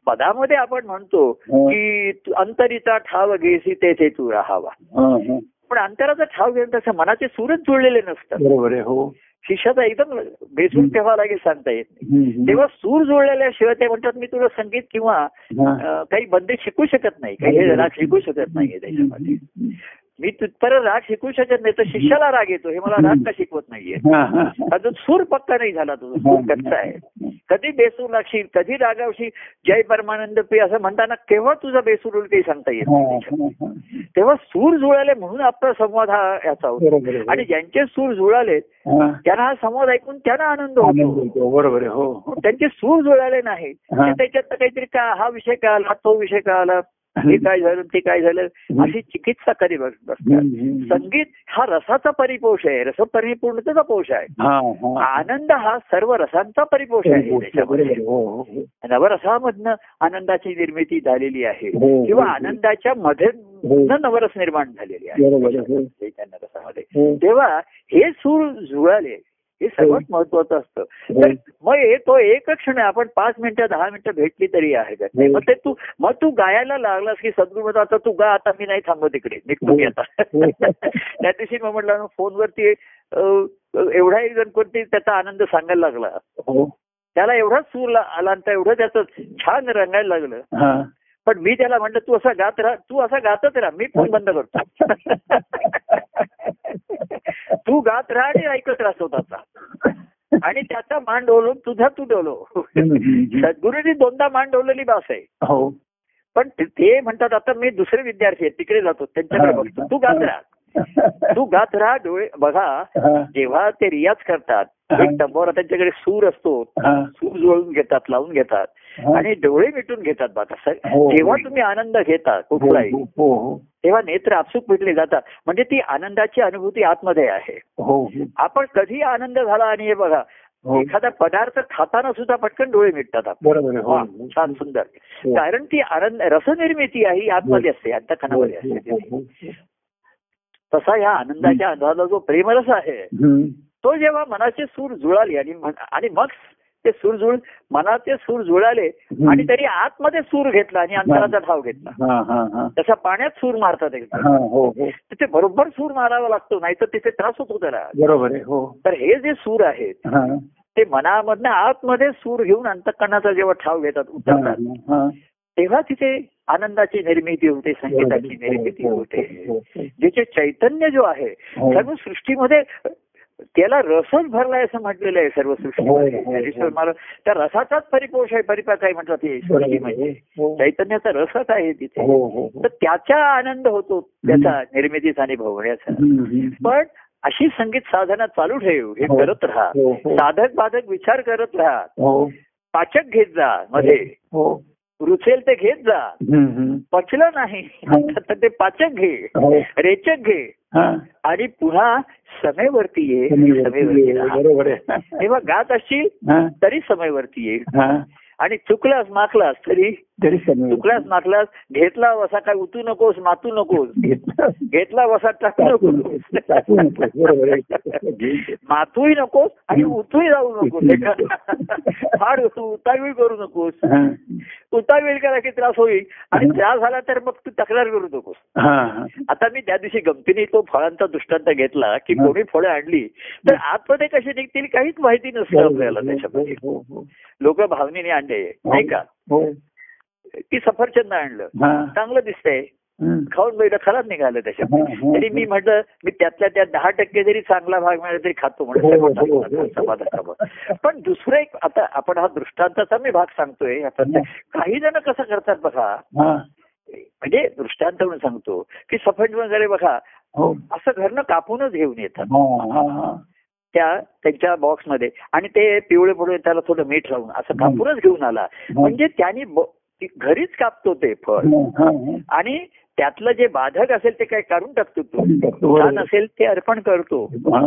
Speaker 1: पदामध्ये आपण म्हणतो की तू अंतरीचा ठाव घेसी तेथे तू राहावा
Speaker 2: हा, हा.
Speaker 1: पण अंतराचा ठाव घेऊन तसं मनाचे सूरच जुळलेले नसतात
Speaker 2: बरोबर आहे हो
Speaker 1: शिष्याचा एकदम बेसून ठेवा लागेल सांगता येत नाही
Speaker 2: हम्म.
Speaker 1: तेव्हा सूर जुळलेल्याशिवाय ते म्हणतात मी तुला संगीत किंवा
Speaker 2: हा.
Speaker 1: अं, काही बंदे शिकू शकत नाही काही हे राग शिकू शकत नाही त्याच्यामध्ये मी तुझपर्यंत राग शिकू शकत नाही तर शिष्याला राग येतो हे मला राग का शिकवत नाहीये
Speaker 2: हा, हा.
Speaker 1: अजून सूर पक्का नाही झाला तुझा सूर कच्चा आहे कधी बेसूर लागशील कधी रागावशील जय परमानंद पे असं म्हणताना केव्हा तुझा बेसूर होईल काही सांगता येत
Speaker 2: हा,
Speaker 1: नाही.
Speaker 2: हा, हा.
Speaker 1: तेव्हा सूर जुळाले म्हणून आपला संवाद हा याचा होतो
Speaker 2: बरोबर आहे, हो.
Speaker 1: आणि ज्यांचे सूर जुळाले
Speaker 2: हा.
Speaker 1: त्यांना हा संवाद ऐकून त्यांना आनंद
Speaker 2: आनंद
Speaker 1: होतो
Speaker 2: होतो. बरोबर आहे, हो हो.
Speaker 1: त्यांचे सूर जुळाले नाही
Speaker 2: हा.
Speaker 1: तर त्याच्यात काहीतरी का हा विषय का आला तो विषय का आला हे काय झालं ते काय झालं अशी चिकित्सा करी बस- बसतात
Speaker 2: हम्म, हम्म.
Speaker 1: संगीत हा रसाचा परिपोष आहे रस परिपूर्णतेचा पोष आहे
Speaker 2: हा, हा.
Speaker 1: आनंद हा सर्व रसांचा परिपोष आहे
Speaker 2: बरोबर
Speaker 1: त्याच्यामध्ये
Speaker 2: आहे, हो, हो, हो.
Speaker 1: नवरसामधनं आनंदाची निर्मिती झालेली आहे
Speaker 2: हो, हो.
Speaker 1: किंवा आनंदाच्या मध्ये
Speaker 2: हो.
Speaker 1: नवरस निर्माण झालेली आहे
Speaker 2: बरोबर आहे, हो.
Speaker 1: चैतन्य रसामध्ये
Speaker 2: हो.
Speaker 1: तेव्हा हे सूर जुळाले हे सर्वात
Speaker 2: हो.
Speaker 1: महत्वाचं असतं तर मग हे तो एक क्षण आहे आपण पाच मिनिटं दहा मिनिटं भेटली तरी आहे का
Speaker 2: हो.
Speaker 1: मग ते तू मग तू गायला लागलास की सद्गुरू म्हणतो, आता तू गा आता मी नाही थांबत तिकडे निघतो मी आता
Speaker 2: हो.
Speaker 1: (laughs) त्या दिवशी मग म्हटलं ना, फोनवरती अं, एवढाही जण कोणती त्याचा आनंद सांगायला लागला
Speaker 2: हो.
Speaker 1: त्याला एवढा सूर ला- आला आणि त्या एवढं त्याचं छान रंगायला लागलं
Speaker 2: हा.
Speaker 1: पण मी त्याला म्हटलं तू असा गात राहा तू असा गातच राहा मी फोन बंद करतो (laughs) तू गात राहा आणि ऐकत राहा स्वतःचा आणि त्याचा मान डोलून तुझा तू डोलो
Speaker 2: हम्म, हम्म.
Speaker 1: सद्गुरूंनी दोनदा मान डोललेली बास आहे
Speaker 2: हो.
Speaker 1: पण ते- ते म्हणतात आता मी दुसरे विद्यार्थी आहेत तिकडे जातो त्यांच्याकडे
Speaker 2: हा.
Speaker 1: बघतो तू गात राहा तू गात राहा डोळे बघा
Speaker 2: हा,
Speaker 1: जेव्हा ते रियाज करतात एक तंबोरा त्यांच्याकडे सूर असतो
Speaker 2: हा,
Speaker 1: सूर जुळवून घेतात लावून घेतात
Speaker 2: हा.
Speaker 1: आणि डोळे मिटून घेतात बाबा सर
Speaker 2: हो.
Speaker 1: जेव्हा तुम्ही आनंद घेता कुठलाही
Speaker 2: हो, हो, हो.
Speaker 1: तेव्हा नेत्र आपसूक मिटले जातात म्हणजे ती आनंदाची अनुभूती आतमध्ये आहे
Speaker 2: हो, हो.
Speaker 1: आपण कधी आनंद झाला आणि हे बघा
Speaker 2: हो.
Speaker 1: एखादा पदार्थ खाताना सुद्धा पटकन डोळे मिटतात आपण
Speaker 2: बरोबर आहे, हो,
Speaker 1: वा,
Speaker 2: हो.
Speaker 1: छान सुंदर
Speaker 2: हो.
Speaker 1: कारण ती आनंद रसनिर्मिती आहे ही आतमध्ये असते अंतखनामध्ये
Speaker 2: हो,
Speaker 1: असते
Speaker 2: हो, हो, हो.
Speaker 1: तसा या आनंदाच्या आनंदाला जो प्रेमरस आहे
Speaker 2: हम्म.
Speaker 1: तो जेव्हा मनाचे सूर जुळाले आणि मन- आणि मग ते सूर जुळ मनाचे सूर जुळाले
Speaker 2: हम्म.
Speaker 1: आणि तरी आतमध्ये सूर घेतला आणि अंतराचा ठाव घेतला
Speaker 2: हा, हा, हा.
Speaker 1: तसा पाण्यात सूर मारतात एकदा
Speaker 2: हा, हो, हो.
Speaker 1: तिथे बरोबर सूर मारावा लागतो नाहीतर तिथे त्रास होतो त्याला
Speaker 2: बरोबर आहे हो
Speaker 1: तर हे जे सूर आहेत
Speaker 2: हा.
Speaker 1: ते मनामधनं आतमध्ये सूर घेऊन अंतकरणाचा जेव्हा ठाव घेतात
Speaker 2: हा,
Speaker 1: उतरतात
Speaker 2: हा.
Speaker 1: तेव्हा तिथे आनंदाची निर्मिती होते संगीताची निर्मिती
Speaker 2: हो,
Speaker 1: होते
Speaker 2: हो, हो.
Speaker 1: ज्याचे चैतन्य जो आहे
Speaker 2: हो.
Speaker 1: सर्व सृष्टीमध्ये त्याला रसच भरलाय असं म्हटलेलं आहे सर्व सृष्टीमध्ये
Speaker 2: हो, हो, हो.
Speaker 1: ईश्वर मला त्या रसाचाच परिपोष आहे परिपाक आहे म्हटलं ते
Speaker 2: बरोबर आहे,
Speaker 1: सृष्टीमध्ये
Speaker 2: हो.
Speaker 1: चैतन्याचा रसच आहे तिथे
Speaker 2: हो, हो, हो.
Speaker 1: तर त्याचा आनंद होतो त्याचा निर्मितीचा आणि भोगण्याचा
Speaker 2: हम्म, हम्म.
Speaker 1: पण अशी संगीत साधना चालू ठेव हे
Speaker 2: हो.
Speaker 1: करत राहा
Speaker 2: हो, हो.
Speaker 1: साधक बाधक विचार करत राहा
Speaker 2: हो.
Speaker 1: पाचक घेत जा मध्ये
Speaker 2: हो.
Speaker 1: रुचेल ते घेत जा
Speaker 2: हम्म, हम्म.
Speaker 1: पचलं नाही
Speaker 2: हो.
Speaker 1: (laughs) तर ते पाचक घे
Speaker 2: हो.
Speaker 1: रेचक घे
Speaker 2: हा.
Speaker 1: आणि पुन्हा समेवरती ये समेवरती राहा.
Speaker 2: बरोबर आहे
Speaker 1: तेव्हा गात असशील
Speaker 2: हा,
Speaker 1: तरी समयवरती ये
Speaker 2: हा.
Speaker 1: आणि चुकलास माकलास तरी
Speaker 2: तरी समजलं.
Speaker 1: चुकलास माकलास घेतला वसा काय उतू नकोस मातू नकोस
Speaker 2: घेतलं.
Speaker 1: घेतला वसा टाकू
Speaker 2: टाकू
Speaker 1: नकोस
Speaker 2: नकोस, टाकू नकोस. बरोबर आहे.
Speaker 1: मातूही नकोस आणि
Speaker 2: हं.
Speaker 1: उतूही जाऊ
Speaker 2: उतूही
Speaker 1: नकोस (laughs)
Speaker 2: नकोस.
Speaker 1: फार उतावीळ करू नकोस
Speaker 2: हा.
Speaker 1: उतावीळ केला की त्रास होईल आणि
Speaker 2: हं.
Speaker 1: त्रास झाला तर मग तू तक्रार करू नकोस
Speaker 2: हा, हा.
Speaker 1: आता मी त्या दिवशी गमतीने तो फळांचा दृष्टांत घेतला की
Speaker 2: हं.
Speaker 1: कोणी फळं आणली तर आतमध्ये कशी निघतील काहीच माहिती नसतं आपल्याला त्याच्यामध्ये
Speaker 2: हो, हो,
Speaker 1: लोक भावनेने आणले नाही का
Speaker 2: हो.
Speaker 1: की सफरचंद आणलं
Speaker 2: हा.
Speaker 1: चांगलं दिसतंय
Speaker 2: हम्म.
Speaker 1: खाऊन बघितलं खराब निघालं त्याच्यामध्ये
Speaker 2: हा, हा,
Speaker 1: तरी मी
Speaker 2: हा.
Speaker 1: म्हटलं मी त्यातल्या त्यात दहा टक्के जरी चांगला भाग मिळाला तरी खातो
Speaker 2: हो, हो,
Speaker 1: म्हणून
Speaker 2: हो, हो.
Speaker 1: समाधान पण दुसरं एक आता आपण हा दृष्टांताचा मी भाग सांगतोय आपण
Speaker 2: हा.
Speaker 1: काही जण कसं करतात बघा
Speaker 2: हा.
Speaker 1: म्हणजे दृष्टांत म्हणून सांगतो की सफरचंद वगैरे बघा
Speaker 2: हो.
Speaker 1: असं घरनं कापूनच घेऊन येतात
Speaker 2: हा, हा, हा.
Speaker 1: त्या त्यांच्या बॉक्समध्ये आणि ते पिवळे पिवळे त्याला थोडं मीठ लावून असं कापूनच घेऊन आला म्हणजे त्यांनी ब- ती घरीच कापतो ते फळ
Speaker 2: हा, हा, हा.
Speaker 1: आणि त्यातलं जे बाधक असेल ते काय काढून टाकतो
Speaker 2: काढून टाकतो,
Speaker 1: तो
Speaker 2: बरोबर.
Speaker 1: दान असेल ते अर्पण करतो
Speaker 2: हा.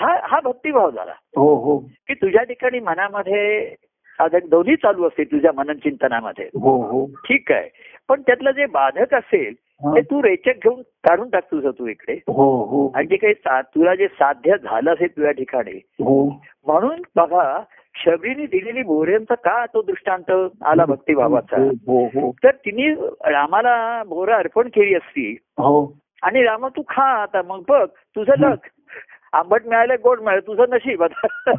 Speaker 1: हा हा भक्तिभाव झाला
Speaker 2: हो, हो.
Speaker 1: की तुझ्या ठिकाणी मनामध्ये साधक दोन्ही चालू असते तुझ्या मनन चिंतनामध्ये
Speaker 2: हो, हो.
Speaker 1: ठीक आहे पण त्यातलं जे बाधक असेल
Speaker 2: हा.
Speaker 1: ते तू रेचक घेऊन काढून टाक तुझं तू इकडे
Speaker 2: हो, हो.
Speaker 1: आणि जे काही सा- तुला जे साध्य झालं असेल तुझ्या ठिकाणी
Speaker 2: हो.
Speaker 1: म्हणून बघा शबरीने दिलेली बोऱ्यांचा का तो दृष्टांत आला भक्तिभावाचा
Speaker 2: हो, हो, हो.
Speaker 1: तर तिने रामाला बोरं अर्पण केली असती
Speaker 2: हो.
Speaker 1: आणि रामा तू खा आता मग बघ तुझं लक आंबट मिळालं गोड मिळालं तुझं
Speaker 2: (laughs)
Speaker 1: नशीब आता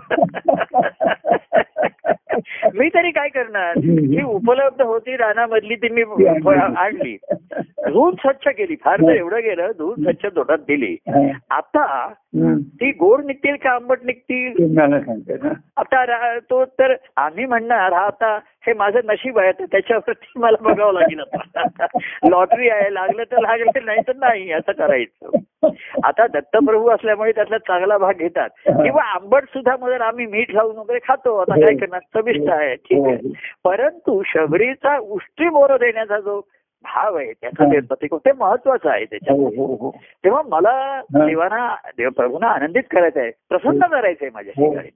Speaker 1: मी तरी काय करणार जी उपलब्ध होती रानामधली ती मी
Speaker 2: ती आणली.
Speaker 1: हो,
Speaker 2: हो.
Speaker 1: फळं आणली धुवून स्वच्छ केली फार तर एवढं गेलं धुवून स्वच्छ तोटात दिली
Speaker 2: (laughs) हा.
Speaker 1: आता
Speaker 2: हम्म.
Speaker 1: ती गोड निघतील का आंबट निघतील
Speaker 2: ते मला सांगते ना
Speaker 1: आता रा- तो तर आम्ही म्हणणार हा आता हे माझं नशीब आहे तर त्याच्यावरती मला बघावं लागेल आता लॉटरी आहे लागलं तर लागलं नाही तर नाही असं करायचं आता दत्तप्रभू असल्यामुळे त्यातला चांगला भाग घेतात किंवा आंबट सुद्धा मध्ये आम्ही मीठ घालून वगैरे खातो आता काय करणार चविष्ट आहे ठीक
Speaker 2: हो,
Speaker 1: आहे परंतु शबरीचा उष्टी मोर देण्याचा जो भाव आहे त्याचा
Speaker 2: हा.
Speaker 1: ते प्रतिक ते महत्वाचं आहे त्याच्यात
Speaker 2: हो हो हो
Speaker 1: तेव्हा मला देवाना देव प्रभूंना आनंदित करायचं आहे प्रसन्न करायचं आहे माझ्या
Speaker 2: हो.
Speaker 1: ठिकाणी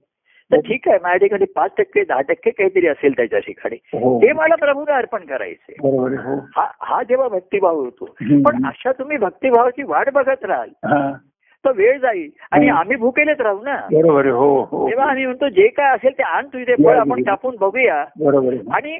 Speaker 1: तर ठीक आहे माझ्या ठिकाणी पाच टक्के दहा टक्के काहीतरी असेल त्याच्या ठिकाणी
Speaker 2: हो
Speaker 1: ते मला प्रभूला अर्पण करायचंय
Speaker 2: बरोबर आहे, हो
Speaker 1: हा हा जेव्हा भक्तिभाव होतो पण
Speaker 2: हम्म.
Speaker 1: अशा तुम्ही भक्तिभावाची वाट बघत राहाल
Speaker 2: हा,
Speaker 1: तर वेळ जाईल आणि
Speaker 2: हम्म.
Speaker 1: आम्ही भुकेलेच राहू ना
Speaker 2: बरोबर आहे, हो हो
Speaker 1: तेव्हा आम्ही म्हणतो जे काय असेल ते आण तुझे फळ आपण कापून बघूया
Speaker 2: बरोबर आहे.
Speaker 1: आणि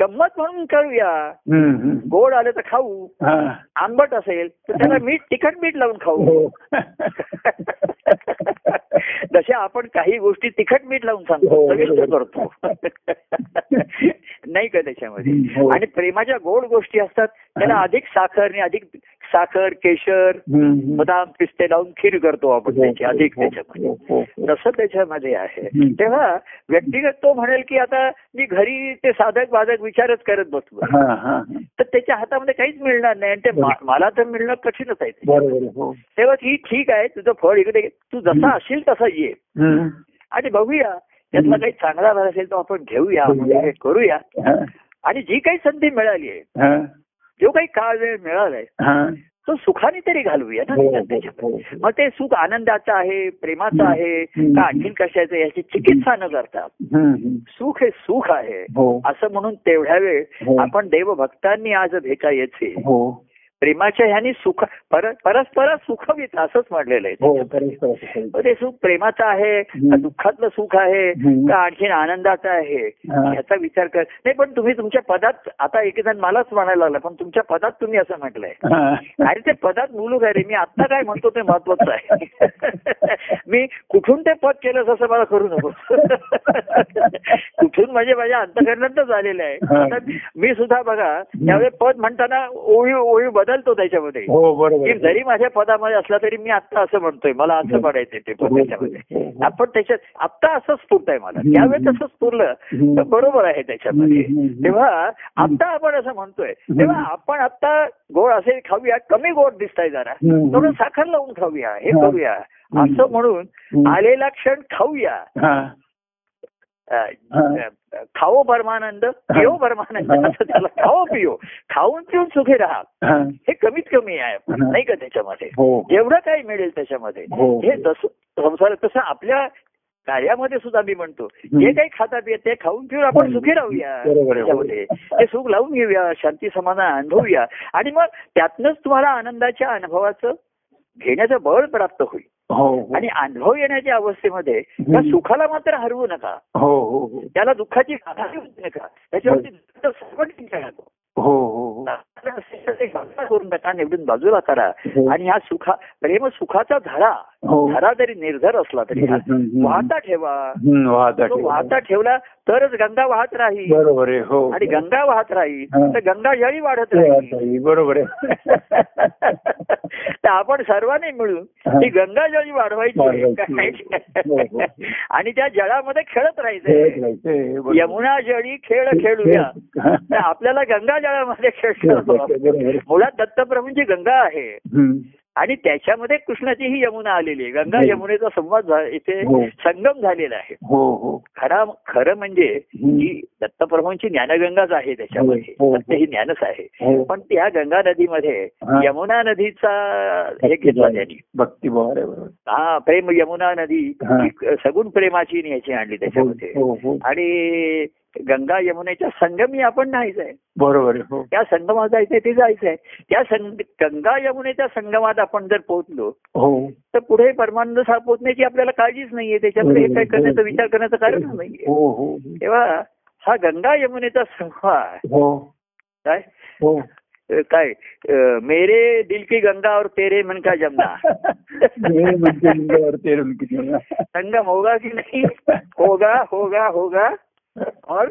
Speaker 1: गंमत म्हणून करूया
Speaker 2: हम्म, हम्म.
Speaker 1: गोड आलं तर खाऊ
Speaker 2: हा,
Speaker 1: आंबट असेल तर त्याला मीठ तिखट मीठ लावून खाऊ
Speaker 2: हो.
Speaker 1: (laughs) जसे आपण काही गोष्टी तिखट मीठ लावून सांगतो
Speaker 2: हो,
Speaker 1: चविष्ट
Speaker 2: बरोबर.
Speaker 1: करतो (laughs) नाही का त्याच्यामध्ये
Speaker 2: हो.
Speaker 1: आणि प्रेमाच्या गोड गोष्टी असतात त्याला
Speaker 2: हा.
Speaker 1: अधिक साखर आणि अधिक साखर केशर
Speaker 2: हम्म, हम्म.
Speaker 1: बदाम पिस्ते लावून खीर करतो आपण
Speaker 2: हो,
Speaker 1: त्याची अधिक
Speaker 2: हो,
Speaker 1: त्याच्यामध्ये
Speaker 2: हो, हो, हो.
Speaker 1: तसं त्याच्यामध्ये आहे
Speaker 2: हम्म.
Speaker 1: तेव्हा व्यक्तिगत तो म्हणेल की आता मी घरी ते साधक बाधक विचारच करत बसलो
Speaker 2: हा, हा, हा.
Speaker 1: तर त्याच्या हातामध्ये काहीच मिळणार नाही आणि ते मा- मला तर मिळणं कठीणच आहे ते.
Speaker 2: बरोबर आहे, हो
Speaker 1: तेव्हा ही ठीक आहे तुझं फळ इकडे तू जसा
Speaker 2: हम्म.
Speaker 1: असशील तसा ये
Speaker 2: हम्म.
Speaker 1: आणि बघूया त्यातला
Speaker 2: हम्म.
Speaker 1: काही चांगला भाग असेल तो आपण घेऊया
Speaker 2: घेऊया.
Speaker 1: वगैरे करूया
Speaker 2: हा,
Speaker 1: आणि जी काही संधी मिळाली आहे
Speaker 2: हा,
Speaker 1: जो काही काळ वेळ मिळालाय
Speaker 2: हा.
Speaker 1: तो सुखाने तरी घालवूया ना
Speaker 2: हो, हो,
Speaker 1: त्याच्यामध्ये.
Speaker 2: हो.
Speaker 1: मग ते सुख आनंदाचं आहे प्रेमाचं
Speaker 2: हम्म.
Speaker 1: आहे
Speaker 2: हम्म.
Speaker 1: का आणखीन कशाचं आहे, याची चिकित्सा न करता
Speaker 2: हम्म, हम्म.
Speaker 1: सुख हे सुख आहे
Speaker 2: हो
Speaker 1: असं म्हणून तेवढ्या वेळ
Speaker 2: हो
Speaker 1: आपण देवभक्तांनी आज भेटा येते
Speaker 2: हो
Speaker 1: प्रेमाच्या ह्यानी सुख पर- परस्पर सुखवित असंच म्हटलेलं आहे
Speaker 2: हो परस्पर असं
Speaker 1: मग ते सुख प्रेमाचं आहे का
Speaker 2: हम्म.
Speaker 1: दुःखातलं सुख आहे
Speaker 2: हम्म.
Speaker 1: का आणखीन आनंदाचं आहे
Speaker 2: हा.
Speaker 1: याचा विचार कर नाही पण तुम्ही तुमच्या पदात आता एक जण मलाच म्हणायला लागला पण तुमच्या पदात तुम्ही असं म्हटलंय
Speaker 2: हा.
Speaker 1: अरे ते पदात मुलूक आहे रे मी आता काय म्हणतो ते महत्वाचं आहे (laughs) मी कुठून ते पद केलं असं मला करू नको (laughs) कुठून म्हणजे माझ्या अंतकरणातच आलेलं आहे
Speaker 2: हा.
Speaker 1: आता मी सुद्धा बघा त्यावेळेस पद म्हणताना ओळी ओळी बदलतो त्याच्यामध्ये
Speaker 2: हो बरोबर
Speaker 1: की
Speaker 2: आहे.
Speaker 1: जरी माझ्या पदामध्ये असला तरी मी आता असं म्हणतोय मला असं पडायचंय ते पद
Speaker 2: हो,
Speaker 1: त्याच्यामध्ये
Speaker 2: हो, हो.
Speaker 1: आपण त्याच्यात आत्ता असं स्फुरत आहे मला
Speaker 2: हम्म.
Speaker 1: त्यावेळेस तसं स्फुरलं तर
Speaker 2: हम्म.
Speaker 1: बरोबर आहे त्याच्यामध्ये
Speaker 2: हम्म, हम्म.
Speaker 1: तेव्हा आत्ता आपण असं म्हणतोय तेव्हा आपण आता गोड असेल खाऊया कमी गोड दिसताय जरा
Speaker 2: हम्म.
Speaker 1: थोडं साखर लावून खाऊया हे
Speaker 2: हा.
Speaker 1: करूया असं म्हणून
Speaker 2: हम्म.
Speaker 1: आलेला क्षण खाऊया
Speaker 2: हा.
Speaker 1: अं,
Speaker 2: हा.
Speaker 1: अं, खाओ परमानंद पिओ परमानंद असं त्याला खाओ पिओ खाऊन पिऊन सुखी राहा
Speaker 2: हा.
Speaker 1: हे कमीत कमी आहे आपण.
Speaker 2: हा.
Speaker 1: नाही का त्याच्यामध्ये
Speaker 2: हो
Speaker 1: जेवढं काही मिळेल त्याच्यामध्ये
Speaker 2: हो
Speaker 1: हे जसं संसार तसं आपल्या कार्यामध्ये सुद्धा मी म्हणतो जे काही खाता पिया ते खाऊन पिऊन आपण सुखी राहूया
Speaker 2: बरोबर आहे.
Speaker 1: त्याच्यामध्ये. ते सुख लावून घेऊया शांती समाधान अनुभवूया आणि मग त्यातनंच तुम्हाला आनंदाच्या अनुभवाचं घेण्याचं बळ प्राप्त होईल
Speaker 2: हो हो.
Speaker 1: आणि अनुभव येण्याच्या अवस्थेमध्ये त्या
Speaker 2: हम्म.
Speaker 1: सुखाला मात्र हरवू नका
Speaker 2: हो हो हो
Speaker 1: त्याला दुःखाची बाधा येऊ नका त्याच्यावरती दुःख सर्वच चिंता नको.
Speaker 2: हो हो
Speaker 1: नातं असेल तर ते बाजूला करून नका निवडून बाजूला करा
Speaker 2: हो.
Speaker 1: आणि हा सुखा प्रेम सुखाचा धरा
Speaker 2: हो.
Speaker 1: धरा जरी निर्धर असला तरी हा
Speaker 2: हम्म, हम्म.
Speaker 1: वाहता ठेवा
Speaker 2: हम्म, वाहता
Speaker 1: तो
Speaker 2: ठेवा.
Speaker 1: वाहता ठेवला तरच गंगा वाहत राहील
Speaker 2: बरोबर आहे हो
Speaker 1: आणि गंगा वाहत राहील
Speaker 2: हा.
Speaker 1: तर गंगा जळी वाढत
Speaker 2: ते
Speaker 1: राहील
Speaker 2: वाहता येईल. बरोबर
Speaker 1: (laughs)
Speaker 2: आहे
Speaker 1: तर आपण सर्वांनी मिळून
Speaker 2: हा.
Speaker 1: ती गंगा जळी वाढवायची
Speaker 2: वाढवायची. हो, हो.
Speaker 1: आणि त्या जळामध्ये खेळत
Speaker 2: खेळत
Speaker 1: राहायचं
Speaker 2: राहायचं आहे. बरोबर.
Speaker 1: यमुना जळी खेळ खेळूया
Speaker 2: हा.
Speaker 1: तर आपल्याला गंगा जळामध्ये खेळ खेळतो
Speaker 2: बरोबर आहे.
Speaker 1: मुळात दत्तप्रभूंची गंगा आहे
Speaker 2: हम्म.
Speaker 1: आणि त्याच्यामध्ये कृष्णाची ही यमुना आलेली आहे गंगा
Speaker 2: हो.
Speaker 1: यमुनेचा संवाद झा- इथे
Speaker 2: हो.
Speaker 1: संगम झालेला आहे
Speaker 2: हो हो
Speaker 1: खरा खरं म्हणजे ही दत्तप्रभूंची ज्ञानगंगाच आहे त्याच्यामध्ये
Speaker 2: हो, हो, हो.
Speaker 1: फक्त ही ज्ञानच आहे
Speaker 2: हो.
Speaker 1: पण त्या गंगा नदीमध्ये
Speaker 2: हा.
Speaker 1: यमुना नदीचा हे घेतला त्यांनी
Speaker 2: भक्ती भाव आहे. बरोबर
Speaker 1: हा प्रेम यमुना नदी
Speaker 2: हा.
Speaker 1: ही सगुण प्रेमाची आणि याची आणली त्याच्यामध्ये
Speaker 2: हो, हो.
Speaker 1: आणि गंगा यमुनेच्या संगमी आपण नाहीच आहे
Speaker 2: बरोबर आहे. हो
Speaker 1: त्या संगमात जायचंय ते जायचंय त्या संग गंगा यमुनेच्या संगमात आपण जर पोहोचलो
Speaker 2: हो
Speaker 1: तर पुढे परमानंद सापवण्याची आपल्याला काळजीच नाहीये त्याच्यामध्ये हे काय करण्याचा विचार करण्याचं कारणच नाहीये
Speaker 2: हो हो
Speaker 1: तेव्हा हा गंगा यमुनेचा संगम
Speaker 2: हो
Speaker 1: काय
Speaker 2: हो
Speaker 1: अ, काय अ, मेरे दिल की गंगा और तेरे मन का जमना
Speaker 2: हे म्हणजे लिंगावर ते रंगीत.
Speaker 1: संगम होगा की नहीं होगा होगा होगा और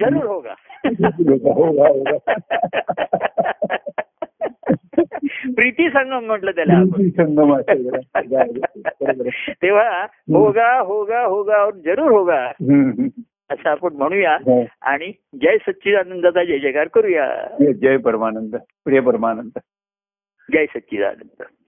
Speaker 1: जरूर होगा
Speaker 2: हो हो, हो.
Speaker 1: प्रीती संगम म्हटलं त्याला आपण.
Speaker 2: (laughs) प्रीती संगम असेल. बरोबर आहे.
Speaker 1: तेव्हा होगा होगा होगा और जरूर होगा
Speaker 2: हम्म, हम्म.
Speaker 1: असं आपण म्हणूया
Speaker 2: हो.
Speaker 1: आणि जय सच्चिदानंदाचा जय जयकार करूया
Speaker 2: जय- जय परमानंद प्रिय परमानंद
Speaker 1: जय सच्चिदानंद